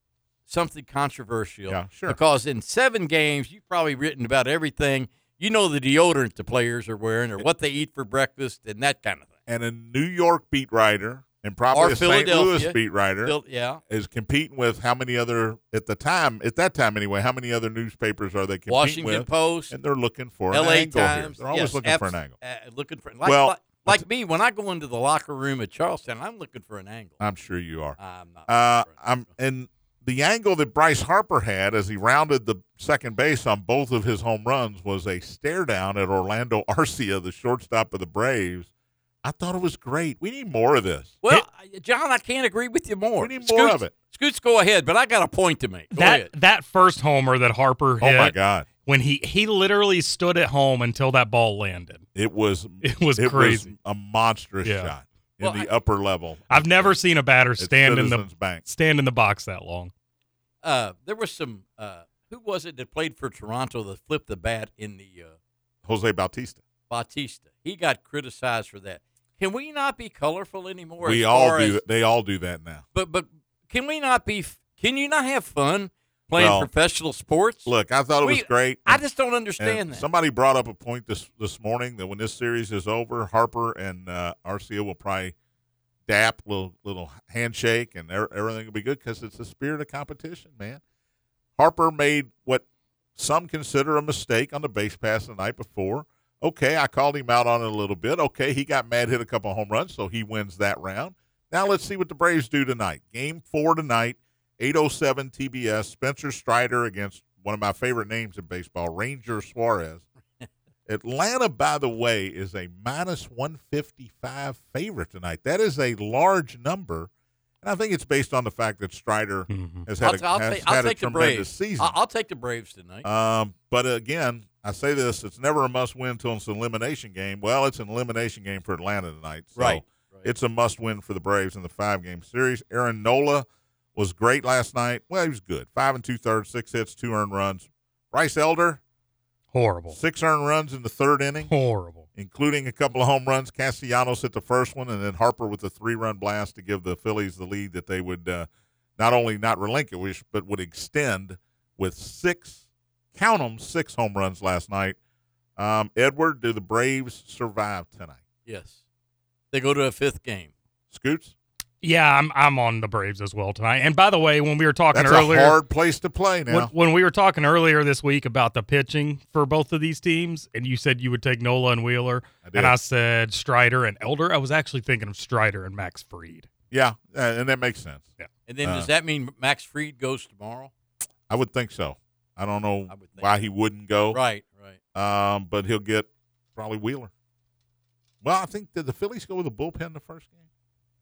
S3: something controversial.
S2: Yeah, sure.
S3: Because in seven games, you've probably written about everything. You know the deodorant the players are wearing, or what they eat for breakfast, and that kind of thing.
S2: and a New York beat writer and probably
S3: Or
S2: a St. Louis
S3: Philadelphia.
S2: beat writer
S3: Phil- yeah.
S2: is competing with how many other at the time at that time anyway? How many other newspapers are they competing
S3: Washington
S2: with?
S3: Post,
S2: and they're looking for an
S3: L.A.
S2: angle
S3: Times.
S2: here. They're always
S3: yes,
S2: looking for an
S3: abs-
S2: angle.
S3: uh, looking for like,
S2: Well,
S3: like, like me when I go into the locker room at Charleston, I'm looking for an angle.
S2: I'm sure you are.
S3: I'm not.
S2: Uh,
S3: looking for an
S2: I'm
S3: angle.
S2: and the angle that Bryce Harper had as he rounded the second base on both of his home runs was a stare down at Orlando (laughs) Arcia, the shortstop of the Braves. I thought it was great. We need more of this.
S3: Well, I- John, I can't agree with you more.
S2: We need more
S3: Scoots-
S2: of it.
S3: Scoots, go ahead, but I got a point to make. Go
S4: That
S3: ahead.
S4: that first homer that Harper
S2: Oh
S4: hit
S2: my God!
S4: when he he literally stood at home until that ball landed.
S2: It was
S4: It was
S2: it
S4: crazy.
S2: was a monstrous
S4: Yeah.
S2: shot in
S3: Well,
S2: the
S3: I-
S2: upper level.
S4: I've never seen a batter
S2: At
S4: stand in the
S2: Citizens Bank.
S4: stand in the box that long.
S3: Uh, there was some. Uh, who was it that played for Toronto that flipped the bat in the uh,
S2: Jose Bautista.
S3: Bautista? He got criticized for that. Can we not be colorful anymore?
S2: we
S3: as
S2: all
S3: far
S2: do.
S3: as-
S2: they all do that now.
S3: but but can we not be? f- Can you not have fun playing
S2: Well,
S3: professional sports?
S2: Look, I thought it was
S3: We-
S2: great.
S3: I just don't
S2: And
S3: understand that.
S2: Somebody brought up a point this this morning that when this series is over, Harper and uh, Arcia will probably dap little little handshake, and er- everything will be good because it's the spirit of competition, man. Harper made what some consider a mistake on the base pass the night before. Okay, I called him out on it a little bit. Okay, he got mad, hit a couple home runs, so he wins that round. Now let's see what the Braves do tonight. Game four tonight. 807 TBS, Spencer Strider against one of my favorite names in baseball, Ranger
S3: (laughs)
S2: Suarez. Atlanta, by the way, is a minus 155 favorite tonight. That is a large number. And I think it's based on the fact that Strider
S4: Mm-hmm.
S2: has
S3: I'll,
S2: had
S3: t-
S2: a,
S3: I'll
S2: has
S3: take, I'll
S2: had a
S3: take the
S2: tremendous
S3: Braves.
S2: season.
S3: I- I'll take the Braves tonight.
S2: Um, but again, I say this: it's never a must-win until it's an elimination game. Well, it's an elimination game for Atlanta tonight, so
S3: Right, right.
S2: It's a must-win for the Braves in the five-game series. Aaron Nola was great last night. Well, he was good: five and two-thirds, six hits, two earned runs. Bryce Elder,
S4: Horrible.
S2: six earned runs in the third
S4: (laughs)
S2: inning,
S4: Horrible.
S2: including a couple of home runs. Castellanos hit the first one, and then Harper with a three-run blast to give the Phillies the lead that they would uh, not only not relinquish but would extend with six count 'em, six home runs last night. Um, Edward, do the Braves survive tonight?
S3: yes, they go to a fifth game.
S2: Scoots,
S4: Yeah, I'm I'm on the Braves as well tonight. And by the way, when we were talking
S2: that's
S4: earlier,
S2: a hard place to play now.
S4: when, when we were talking earlier this week about the pitching for both of these teams, and you said you would take Nola and Wheeler,
S2: I did.
S4: and I said Strider and Elder. I was actually thinking of Strider and Max Freed.
S2: yeah, uh, and that makes sense.
S3: And then
S2: Uh.
S3: does that mean Max Fried goes tomorrow?
S2: I would think so. I don't know
S3: I would think
S2: why he wouldn't go,
S3: Right, right.
S2: um, but he'll get probably Wheeler. Well, I think did the Phillies go with a bullpen the first game,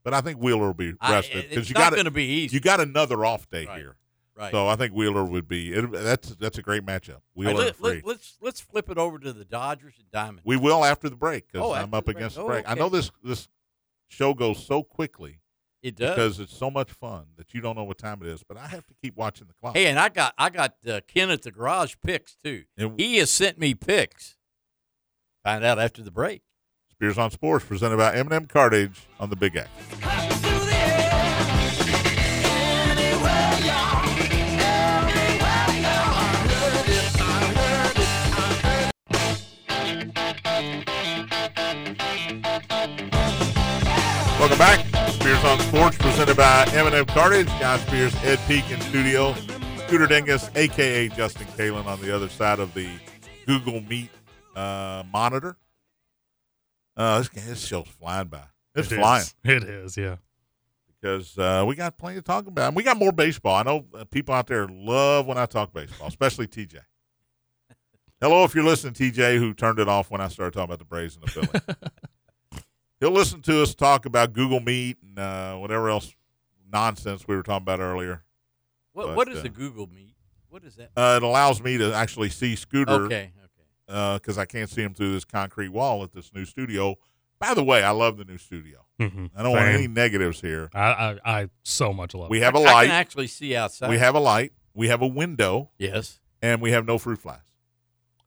S2: but I think Wheeler will be
S3: I-
S2: rested
S3: it's
S2: because you
S3: not
S2: got
S3: going to be easy.
S2: you got another off day
S3: Right.
S2: here,
S3: right.
S2: so I think Wheeler would be. It, that's that's a great matchup. Wheeler
S3: All right,
S2: and
S3: let,
S2: Free.
S3: let, let's let's flip it over to the Dodgers and Diamond.
S2: We will after the break because
S3: Oh,
S2: I'm
S3: after
S2: up
S3: the break.
S2: against the
S3: Oh,
S2: break. I
S3: okay.
S2: know this this show goes so quickly
S3: It does.
S2: because it's so much fun that you don't know what time it is. But I have to keep watching the clock.
S3: hey, and I got I got uh, Ken at the garage picks too.
S2: And-
S3: He has sent me picks. Find out after the break.
S2: Spears on Sports presented by M&M Cartage on the Big X. Welcome back. Spears on Sports presented by M&M Cartage. John Spears, Ed Peek in studio. Scooter Dingus, a.k.a. Justin Kalen on the other side of the Google Meet uh, monitor. Uh, this, this show's flying by. It's
S4: It is.
S2: flying
S4: It is. Yeah.
S2: because uh, we got plenty to talk about. And we got more baseball. I know uh, people out there love when I talk baseball, especially TJ. Hello, if you're listening, TJ, who turned it off when I started talking about the Braves and the Phillies.
S3: (laughs)
S2: He'll listen to us talk about Google Meet and uh, whatever else nonsense we were talking about earlier.
S3: What
S2: But,
S3: what is
S2: uh,
S3: the Google Meet? What is that?
S2: Uh, it allows me to actually see Scooter
S3: Okay, okay.
S2: because I can't see him through this concrete wall at this new studio. By the way, I love the new studio.
S4: hmm
S2: I don't want
S4: Same.
S2: any negatives here.
S4: I, I I so much love.
S2: We
S4: it.
S2: have a
S3: I can
S2: light.
S3: actually see outside.
S2: We have a light. We have a window.
S3: yes.
S2: and we have no fruit flies.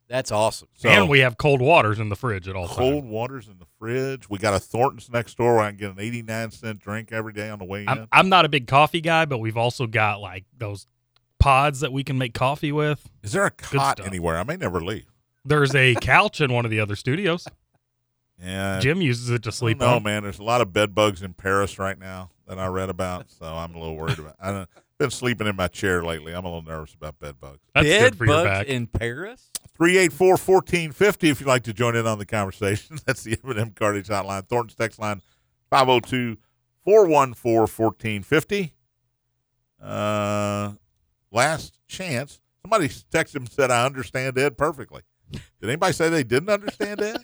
S3: That's awesome.
S2: So
S4: and we have cold waters in the fridge at all
S2: cold
S4: times.
S2: waters in the fridge. We got a Thornton's next door where I can get an eighty nine cent drink every day on the way in.
S4: I'm I'm not a big coffee guy, but we've also got like those pods that we can make coffee with.
S2: Is there a cot
S4: stuff.
S2: anywhere? I may never leave.
S4: There's a couch in one of the other studios.
S2: Yeah.
S4: Jim uses it to sleep
S2: No,
S4: on.
S2: man. There's a lot of bed bugs in Paris right now that I read about, so I'm a little worried about. I've been sleeping in my chair lately. I'm a little nervous about bed bugs.
S4: That's
S3: Dead
S4: good for
S3: bugs
S4: your back.
S3: in Paris.
S2: 384 1450 if you'd like to join in on the conversation. (laughs) That's the M&M Cartage Hotline. Thornton's text line 502 414 1450. Uh, Last chance. Somebody texted him and said, I understand Ed perfectly. Did anybody say they didn't understand Ed?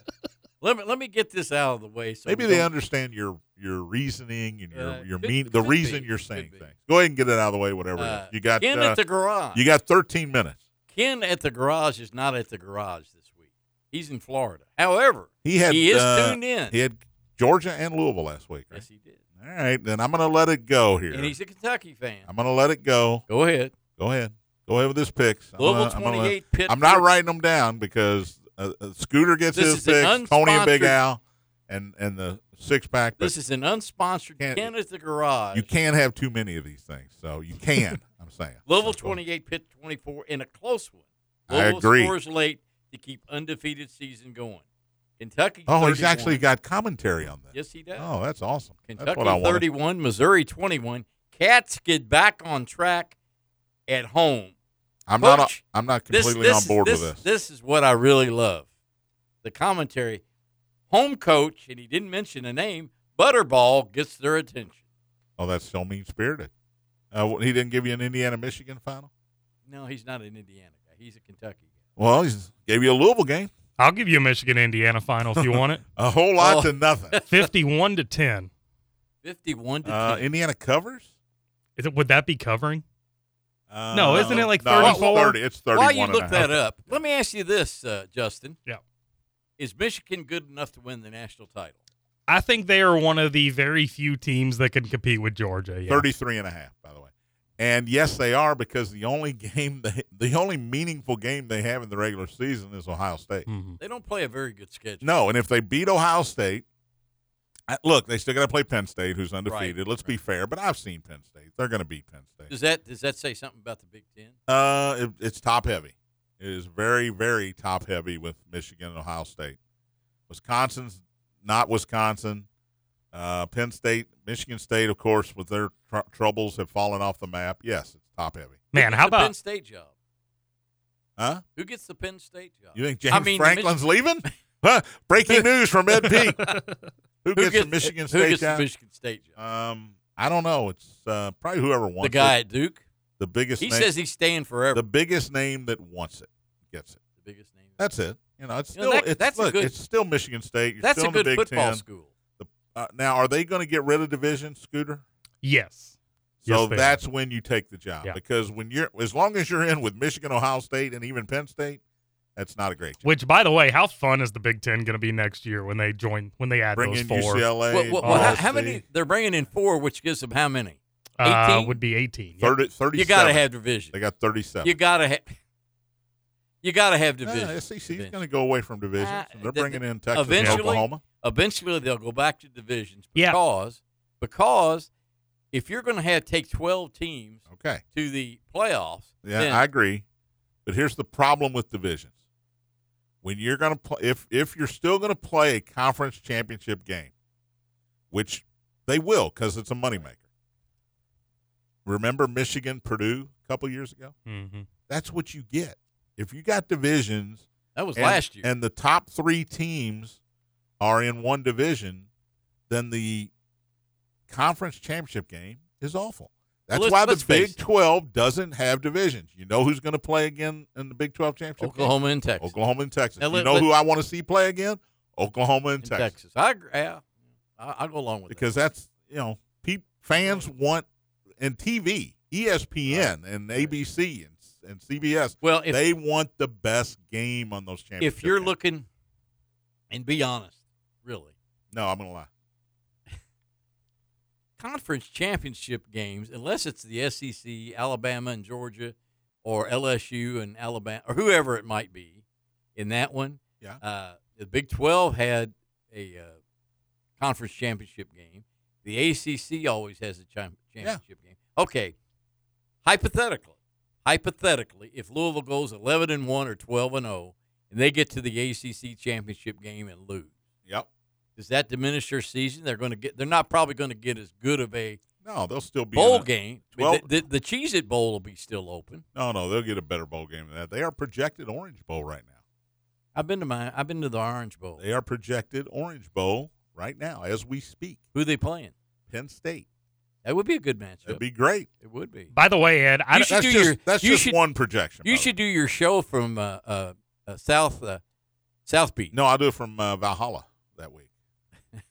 S3: Let me let me get this out of the way. (laughs) So
S2: Maybe
S3: we
S2: they
S3: don't-
S2: understand your your reasoning and your,
S3: Uh,
S2: your
S3: could-
S2: mean the
S3: could
S2: reason
S3: be,
S2: you're
S3: could
S2: saying
S3: be.
S2: things. Go ahead and get it out of the way, whatever it
S3: Uh,
S2: is. You got
S3: Ken
S2: uh,
S3: at the garage.
S2: you got thirteen minutes.
S3: Ken at the garage is not at the garage this week. He's in Florida. However,
S2: He had
S3: he is
S2: uh,
S3: tuned in.
S2: he had Georgia and Louisville last week, right?
S3: yes, he did.
S2: All right, then I'm going to let it go here.
S3: And he's a Kentucky fan.
S2: I'm going to let it go.
S3: Go ahead.
S2: Go ahead. Go ahead with his picks. I'm
S3: Louisville
S2: gonna- I'm, gonna let-
S3: 28 pit.
S2: I'm not writing them down because uh, uh, Scooter gets
S3: This
S2: his
S3: is an
S2: picks, Tony and Big
S3: unsponsored-
S2: Al, and, and the six pack. But
S3: This is an unsponsored
S2: Can't-
S3: Ken at the garage.
S2: you can't have too many of these things. So you
S3: (laughs)
S2: can, I'm saying.
S3: Louisville
S2: So go ahead.
S3: 28, Pitt 24, in a close one.
S2: I
S3: Louisville
S2: agree.
S3: scores late to keep undefeated season going. Kentucky.
S2: Oh, he's
S3: 31.
S2: actually got commentary on that.
S3: Yes, he does.
S2: Oh, that's awesome. that's
S3: Kentucky
S2: what I wanted.
S3: 31, Missouri 21. Cats get back on track at home.
S2: I'm not.
S3: Coach,
S2: I'm not
S3: This-
S2: completely
S3: this
S2: on
S3: is-
S2: board
S3: this,
S2: with this.
S3: This is what I really love. The commentary. Home coach, and he didn't mention a name, Butterball gets their attention.
S2: Oh, that's so mean spirited. Uh, wh- he didn't give you an Indiana Michigan final.
S3: No, he's not an Indiana guy. He's a Kentucky guy.
S2: Well, he gave you a Louisville game.
S4: I'll give you a Michigan Indiana final if you want it.
S2: A whole lot
S3: Oh.
S2: to nothing.
S3: (laughs)
S4: 51 to 10.
S3: 51 to
S2: Uh,
S3: 10.
S2: Indiana covers.
S4: Is it, would that be covering?
S2: Uh,
S4: No, isn't it like
S2: no, it's
S4: 34?
S2: thirty. It's thirty-one.
S3: While you
S2: and
S3: look
S2: a half.
S3: that up, let me ask you this, uh, Justin.
S4: Yeah.
S3: Is Michigan good enough to win the national title?
S4: I think they are one of the very few teams that can compete with Georgia. Yeah.
S2: 33 and a half, by the way. And yes, they are because the only game, they, the only meaningful game they have in the regular season is Ohio State.
S4: Mhm.
S3: They don't play a very good schedule.
S2: No, and if they beat Ohio State, I- look, they still got to play Penn State, who's undefeated. Let's be fair, but I've seen Penn State. They're going to beat Penn State.
S3: Does that does that say something about the Big Ten?
S2: Uh, it, it's top heavy. It is very, very top heavy with Michigan and Ohio State. Wisconsin's not Wisconsin. Uh, Penn State, Michigan State, of course, with their tr- troubles, have fallen off the map. Yes, it's top heavy.
S4: Man,
S3: Who
S4: how
S3: gets the Penn
S4: about
S3: State job?
S2: Huh?
S3: Who gets the Penn State job?
S2: You think James
S3: mean,
S2: Franklin's leaving? Huh? Breaking news from Ed Peak. Who
S3: (laughs) Who
S2: gets the Michigan
S3: Who
S2: State
S3: gets
S2: job?
S3: the Michigan State job?
S2: um, I don't know. It's uh, probably whoever wants
S3: the guy
S2: it.
S3: at Duke.
S2: The biggest.
S3: He
S2: name,
S3: says he's staying forever.
S2: the
S3: The,
S2: biggest name that wants it gets it.
S3: biggest name.
S2: That's it. You know, it's
S3: You
S2: still
S3: know, that-
S2: it's,
S3: that's a
S2: look,
S3: good-
S2: it's still Michigan State. You're
S3: That's
S2: still in
S3: a
S2: the
S3: good
S2: Big
S3: football
S2: Ten.
S3: school.
S2: Uh, now, are they going to get rid of division, Scooter?
S4: yes?
S2: So
S4: Yes, they are.
S2: that's when you take the job
S4: Yeah.
S2: because when you're as long as you're in with Michigan, Ohio State, and even Penn State, that's not a great job.
S4: Which, by the way, how fun is the Big Ten going to be next year when they join when they add
S2: Bring
S4: those
S2: in
S4: four?
S2: UCLA.
S3: Well, well, well, how, how
S2: USC.
S3: many? They're bringing in four, which gives them how many?
S4: Uh,
S3: 18?
S4: would be eighteen. Yeah.
S2: 30, 37.
S3: You got to have division.
S2: They got thirty-seven.
S3: You gotta have. You gotta have
S2: Yeah,
S3: division.
S2: SEC E is
S3: Division.
S2: going to go away from divisions.
S3: Uh,
S2: and they're
S3: the-
S2: bringing in Texas and
S3: eventually-
S2: Oklahoma.
S3: Eventually, they'll go back to divisions
S4: Yeah.
S3: because because if you're going to have take twelve teams
S2: Okay.
S3: to the playoffs,
S2: Yeah,
S3: then
S2: I agree. But here's the problem with divisions. When you're going to play, if if you're still going to play a conference championship game, which they will because it's a moneymaker. Remember Michigan Purdue a couple years ago?
S4: Mhm.
S2: That's what you get. If you got divisions
S3: that was
S2: and,
S3: last year.
S2: and the top three teams are in one division, then the conference championship game is awful. That's
S3: Let's-
S2: why the
S3: let's face
S2: Big
S3: it.
S2: 12 doesn't have divisions. You know who's going to play again in the Big 12 championship? game?
S3: Oklahoma and Texas.
S2: Oklahoma and Texas.
S3: Now,
S2: you
S3: let-
S2: know
S3: let-
S2: who I want to see play again? Oklahoma and,
S3: and
S2: Texas.
S3: Texas. I agree. Yeah, I, I'll go along with
S2: Because that's, you know, peop fans want, and E TV, ESPN, and ABC, and, and CBS,
S3: that. Well, if
S2: they want the best game on those championships.
S3: if you're looking, and be honest, really,
S2: No, I'm going to lie.
S3: conference championship games, unless it's the SEC, Alabama and Georgia, or LSU and Alabama, or whoever it might be, in that one.
S2: Yeah.
S3: Uh, the Big Twelve had a uh, conference championship game. The ACC always has a cham- championship game. Okay. Hypothetically, hypothetically, if Louisville goes oh, eleven and one or twelve and zero, and they get to the ACC championship game and lose,
S2: Yep.
S3: Does that diminish your season? They're going to get. They're not probably going to get as good of a
S2: No, they'll still be in
S3: bowl
S2: it.
S3: game. I mean,
S2: Well-
S3: the, the, the Cheez It Bowl will be still open.
S2: No, no, they'll get a better bowl game than that. They are projected Orange Bowl right now.
S3: I've been to my. I've been to the Orange Bowl.
S2: They are projected Orange Bowl right now as we speak.
S3: Who they playing?
S2: Penn State.
S3: That would be a good matchup.
S2: That'd be great.
S3: it would be.
S4: By the way, Ed, I
S3: You should
S4: don't-
S2: That's
S3: do
S2: just
S3: your-
S2: that's
S3: you
S2: just
S3: should-
S2: one projection. by
S3: You
S2: the
S3: should do your show from uh, uh, uh, South uh, South
S2: way.
S3: Beach.
S2: No, I'll do it from uh, Valhalla that
S3: (laughs)
S2: week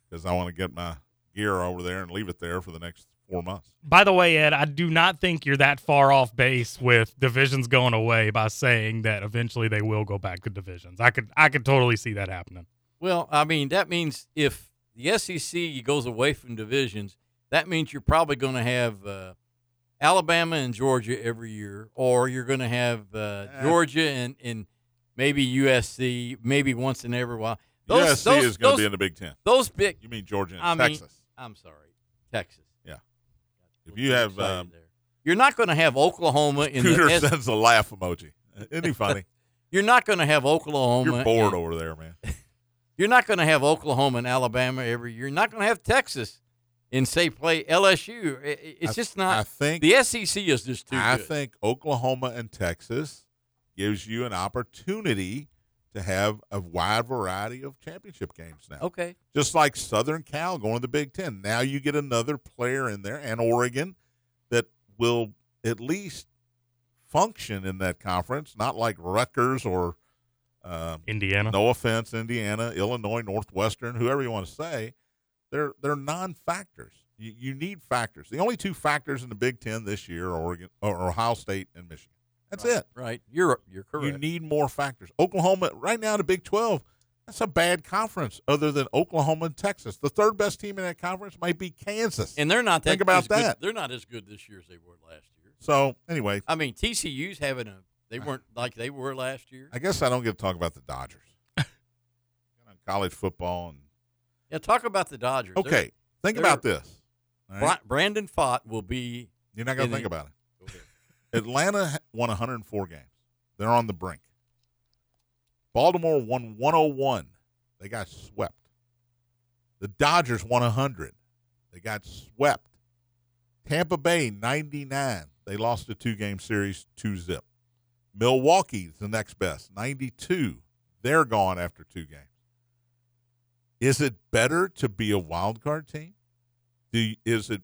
S2: because I want to get my gear over there and leave it there for the next four months.
S4: by the way, Ed, I do not think you're that far off base with divisions going away by saying that eventually they will go back to divisions. I could I could totally see that happening.
S3: Well, I mean that means if the SEC goes away from divisions, that means you're probably going to have uh, Alabama and Georgia every year, or you're going to have uh, Georgia and, and maybe USC, maybe once in every while. Those,
S2: USC
S3: those,
S2: is going to
S3: those-
S2: be in the Big Ten.
S3: those big.
S2: You mean Georgia and
S3: I mean-
S2: Texas?
S3: I'm sorry, Texas.
S2: Yeah. If
S3: We're
S2: you
S3: too
S2: have,
S3: excited
S2: um,
S3: there. you're not going to have Oklahoma
S2: (laughs)
S3: in
S2: Cooter
S3: the. S-
S2: sends a laugh emoji. Isn't
S3: (laughs)
S2: he funny?
S3: You're not going to have Oklahoma.
S2: You're bored
S3: and-
S2: over there, man.
S3: You're not going to have Oklahoma and Alabama every year. You're not going to have Texas and say play LSU. I- I- It's
S2: I-
S3: just
S2: I
S3: not.
S2: think
S3: the SEC is just too
S2: I
S3: good.
S2: think Oklahoma and Texas gives you an opportunity to have a wide variety of championship games now.
S3: okay.
S2: Just like Southern Cal going to the Big Ten. Now you get another player in there and Oregon that will at least function in that conference, not like Rutgers or um,
S4: Indiana.
S2: (laughs) no offense, Indiana, Illinois, Northwestern, whoever you want to say, they're they're non-factors. You, you need factors. The only two factors in the Big Ten this year are Oregon, or Ohio State and Michigan. That's
S3: Right,
S2: it.
S3: Right. You're you're correct.
S2: You need more factors. Oklahoma right now in the Big Twelve, that's a bad conference. Other than Oklahoma and Texas, the third best team in that conference might be Kansas.
S3: and they're not that.
S2: Think about
S3: as good-
S2: that.
S3: They're not as good this year as they were last year.
S2: so anyway,
S3: I mean, TCU's having a. They weren't like they were last year.
S2: I guess I don't get to talk about the Dodgers. (laughs) Got on college football and
S3: Yeah. Talk about the Dodgers. They're-
S2: okay. Think
S3: they're-
S2: about this. all right?
S3: Bra- Brandon Fott will be.
S2: You're not going
S3: And
S2: to think
S3: it-
S2: about it.
S3: Go ahead.
S2: Atlanta ha- won 104 games. They're on the brink. Baltimore won 101. They got swept. The Dodgers won 100. They got swept. Tampa Bay 99. They lost a two-game series 2 zip. Milwaukee's the next best, 92. They're gone after two games. Is it better to be a wild card team? Do you- is it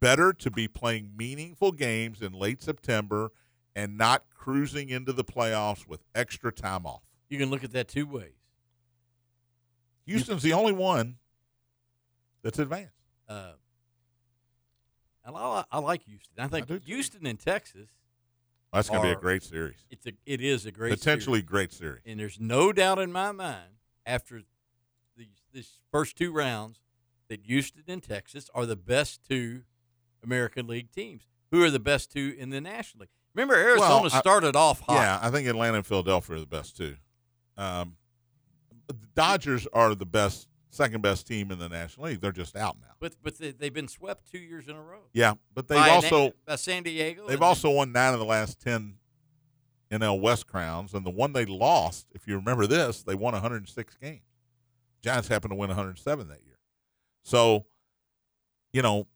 S2: better to be playing meaningful games in late September and not cruising into the playoffs with extra time off.
S3: You can look at that two ways.
S2: Houston's the only one that's advanced.
S3: Uh, and I, I like Houston. I think
S2: do too.
S3: Houston and Texas.
S2: That's going to be a
S3: Are-
S2: great series.
S3: It's a. It is a great. series.
S2: Potentially great series.
S3: And there's no doubt in my mind after these this first two rounds that Houston and Texas are the best two American League teams. Who are the best two in the National League? Remember, Arizona
S2: I-
S3: started off hot.
S2: Yeah, I think Atlanta and Philadelphia are the best too. Um, but the Dodgers are the best, second best team in the National League. They're just out now.
S3: But but they, they've been swept two years in a row.
S2: Yeah, but they've
S3: By an- e
S2: also
S3: by San Diego. and
S2: They've
S3: then-
S2: also won nine of the last ten NL West crowns, and the one they lost, if you remember this, they won 106 games. Giants happened to win 107 that year. So, you know,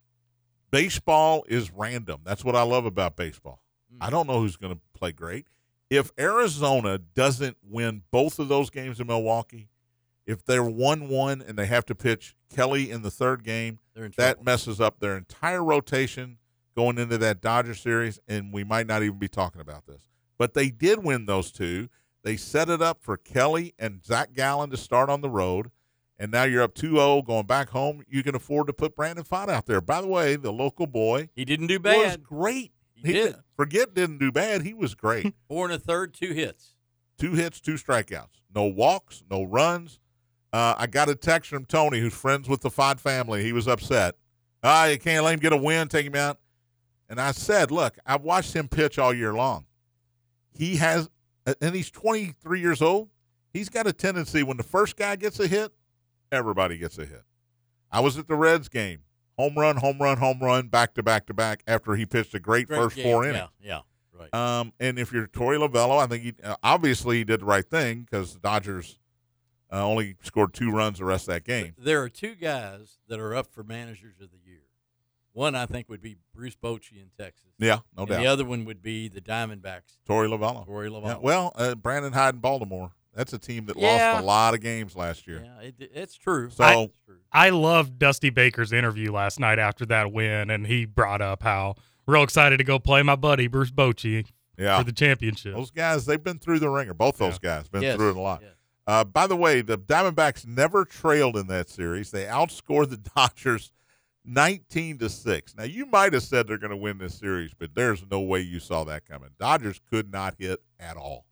S2: baseball is random. That's what I love about baseball.
S3: Mm.
S2: I don't know who's going to play great. If Arizona doesn't win both of those games in Milwaukee, if they're 1 1 and they have to pitch Kelly in the third game,
S3: they're in
S2: that
S3: trouble.
S2: messes up their entire rotation going into that Dodger series, and we might not even be talking about this. But they did win those two. They set it up for Kelly and Zach Gallen to start on the road, and now you're up 2-0 going back home. You can afford to put Brandon Fott out there. By the way, the local boy
S3: he didn't do
S2: was
S3: bad.
S2: great.
S3: He did
S2: Forget didn't do bad. He was great.
S3: four and a third, two hits.
S2: two hits, two strikeouts, no walks, no runs. Uh, I got a text from Tony, who's friends with the Fod family. He was upset. Ah, you can't let him get a win, take him out. And I said, look, I've watched him pitch all year long. He has, and he's 23 years old. He's got a tendency when the first guy gets a hit, everybody gets a hit. I was at the Reds game, home run, home run, home run, back to back to back. After he pitched a great,
S3: Great
S2: first
S3: game.
S2: four innings.
S3: Yeah, yeah, right.
S2: Um, and if you're Tori Lavello, I think he uh, obviously he did the right thing because the Dodgers Uh, only scored two runs the rest of that game.
S3: There are two guys that are up for managers of the year. One I think would be Bruce Bochy in Texas.
S2: Yeah, no
S3: and
S2: doubt.
S3: The other one would be the Diamondbacks,
S2: Tori Lavello.
S3: Corey Lavon.
S2: Yeah, well, uh, Brandon Hyde in Baltimore. That's a team that
S3: Yeah.
S2: lost a lot of games last year.
S3: Yeah, it, it's true.
S2: So- I-
S3: It's true.
S4: I loved Dusty Baker's interview last night after that win, and he brought up how real excited to go play my buddy Bruce Bochy
S2: Yeah.
S4: for the championship.
S2: Those guys, they've been through the ringer. Both those guys been
S3: Yes,
S2: through it a lot.
S3: yes.
S2: Uh, by the way, the Diamondbacks never trailed in that series. They outscored the (laughs) Dodgers 19 to 6. Now, you might have said they're going to win this series, but there's no way you saw that coming. Dodgers could not hit at all.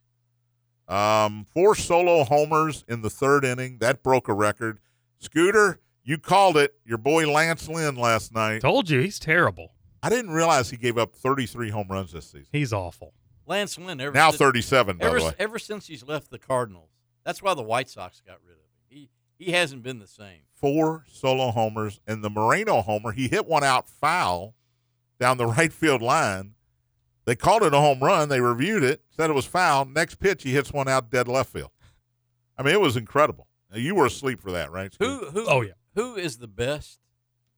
S2: Um, four solo homers in the third inning. That broke a record. Scooter, you called it. Your boy Lance Lynn last night.
S4: Told you he's terrible.
S2: I didn't realize he gave up 33 home runs this season.
S4: He's awful.
S3: Lance Lynn ever
S2: Now
S3: since-
S2: 37, by
S3: ever,
S2: the way.
S3: ever since he's left the Cardinals. That's why the White Sox got rid of him. He he hasn't been the same.
S2: four solo homers and the Moreno homer. He hit one out foul down the (laughs) right field line. They called it a home run. They reviewed it, said it was foul. Next pitch, he hits one out dead left field. I mean, it was incredible. Now, you were asleep for that, right? Scoot?
S3: Who who
S4: Oh, yeah.
S3: who is the best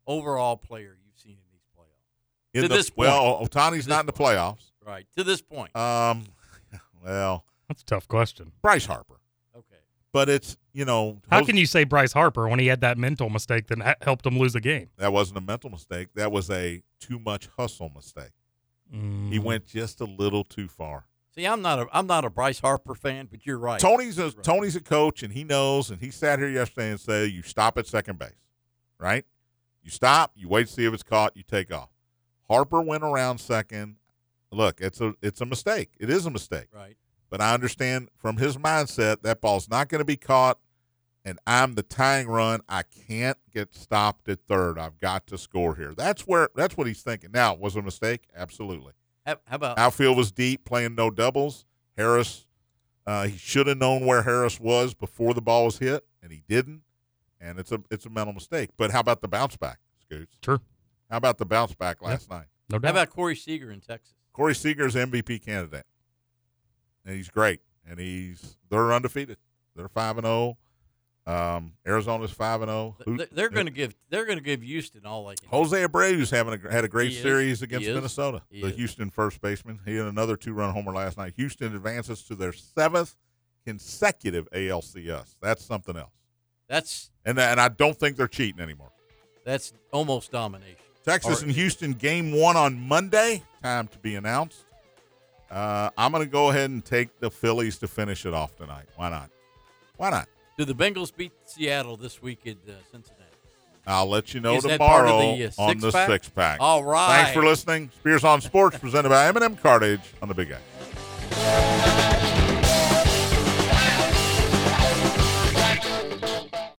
S3: overall player you've seen in these playoffs?
S2: In
S3: to
S2: the-
S3: this point.
S2: Well, Otani's
S3: This
S2: not in the
S3: point.
S2: playoffs.
S3: Right. To this point.
S2: Um, (laughs) well,
S4: That's a tough question.
S2: Bryce Harper.
S3: okay.
S2: But it's, you know,
S4: How
S2: Jose-
S4: can you say Bryce Harper when he had that mental mistake that ha- helped him lose a game?
S2: that wasn't a mental mistake. That was a too much hustle mistake. He
S3: Mm-hmm.
S2: went just a little too far.
S3: See, I'm not a I'm not a Bryce Harper fan, but you're right.
S2: Tony's a
S3: Right.
S2: Tony's a coach, and he knows. And he sat here yesterday and said, "You stop at second base, right? You stop. You wait to see if it's caught. You take off." Harper went around second. Look, it's a it's a mistake. It is a mistake.
S3: Right.
S2: But I understand from his mindset that ball's not going to be caught, and I'm the tying run. I can't get stopped at third. I've got to score here. That's where that's what he's thinking. Now, was it a mistake? Absolutely.
S3: How, how
S2: (laughs)
S3: about
S2: Outfield was deep, playing no doubles. Harris, uh, he should have known where Harris was before the ball was hit, and he didn't. And it's a it's a mental mistake. But how about the bounce back, Scoots?
S4: Sure.
S2: How about the bounce back last night?
S4: Mm, No
S3: how
S4: doubt.
S3: about Corey Seager in Texas?
S2: Corey Seager's MVP candidate, and he's great. And he's they're undefeated. They're five and zero. Um, Arizona's five and oh. zero.
S3: Th- They're, going to give they're going to give Houston all they can.
S2: Jose Abreu's having a, had a great
S3: He is.
S2: series against
S3: He is.
S2: Minnesota.
S3: He
S2: the
S3: is.
S2: Houston first baseman. He had another two-run homer last night. Houston advances to their seventh consecutive ALCS. That's something else.
S3: That's
S2: And and I don't think they're cheating anymore.
S3: that's almost domination.
S2: Texas
S3: Or-
S2: and Houston game one on Monday. Time to be announced. Uh, I'm going to go ahead and take the Phillies to finish it off tonight. Why not? Why not?
S3: Do the Bengals beat Seattle this week in uh, Cincinnati?
S2: I'll let you know
S3: Is that part
S2: tomorrow
S3: of the, uh,
S2: on the
S3: six-pack?
S2: six pack.
S3: All right.
S2: Thanks for listening. Spears on Sports presented by M&M Cartage on the Big X.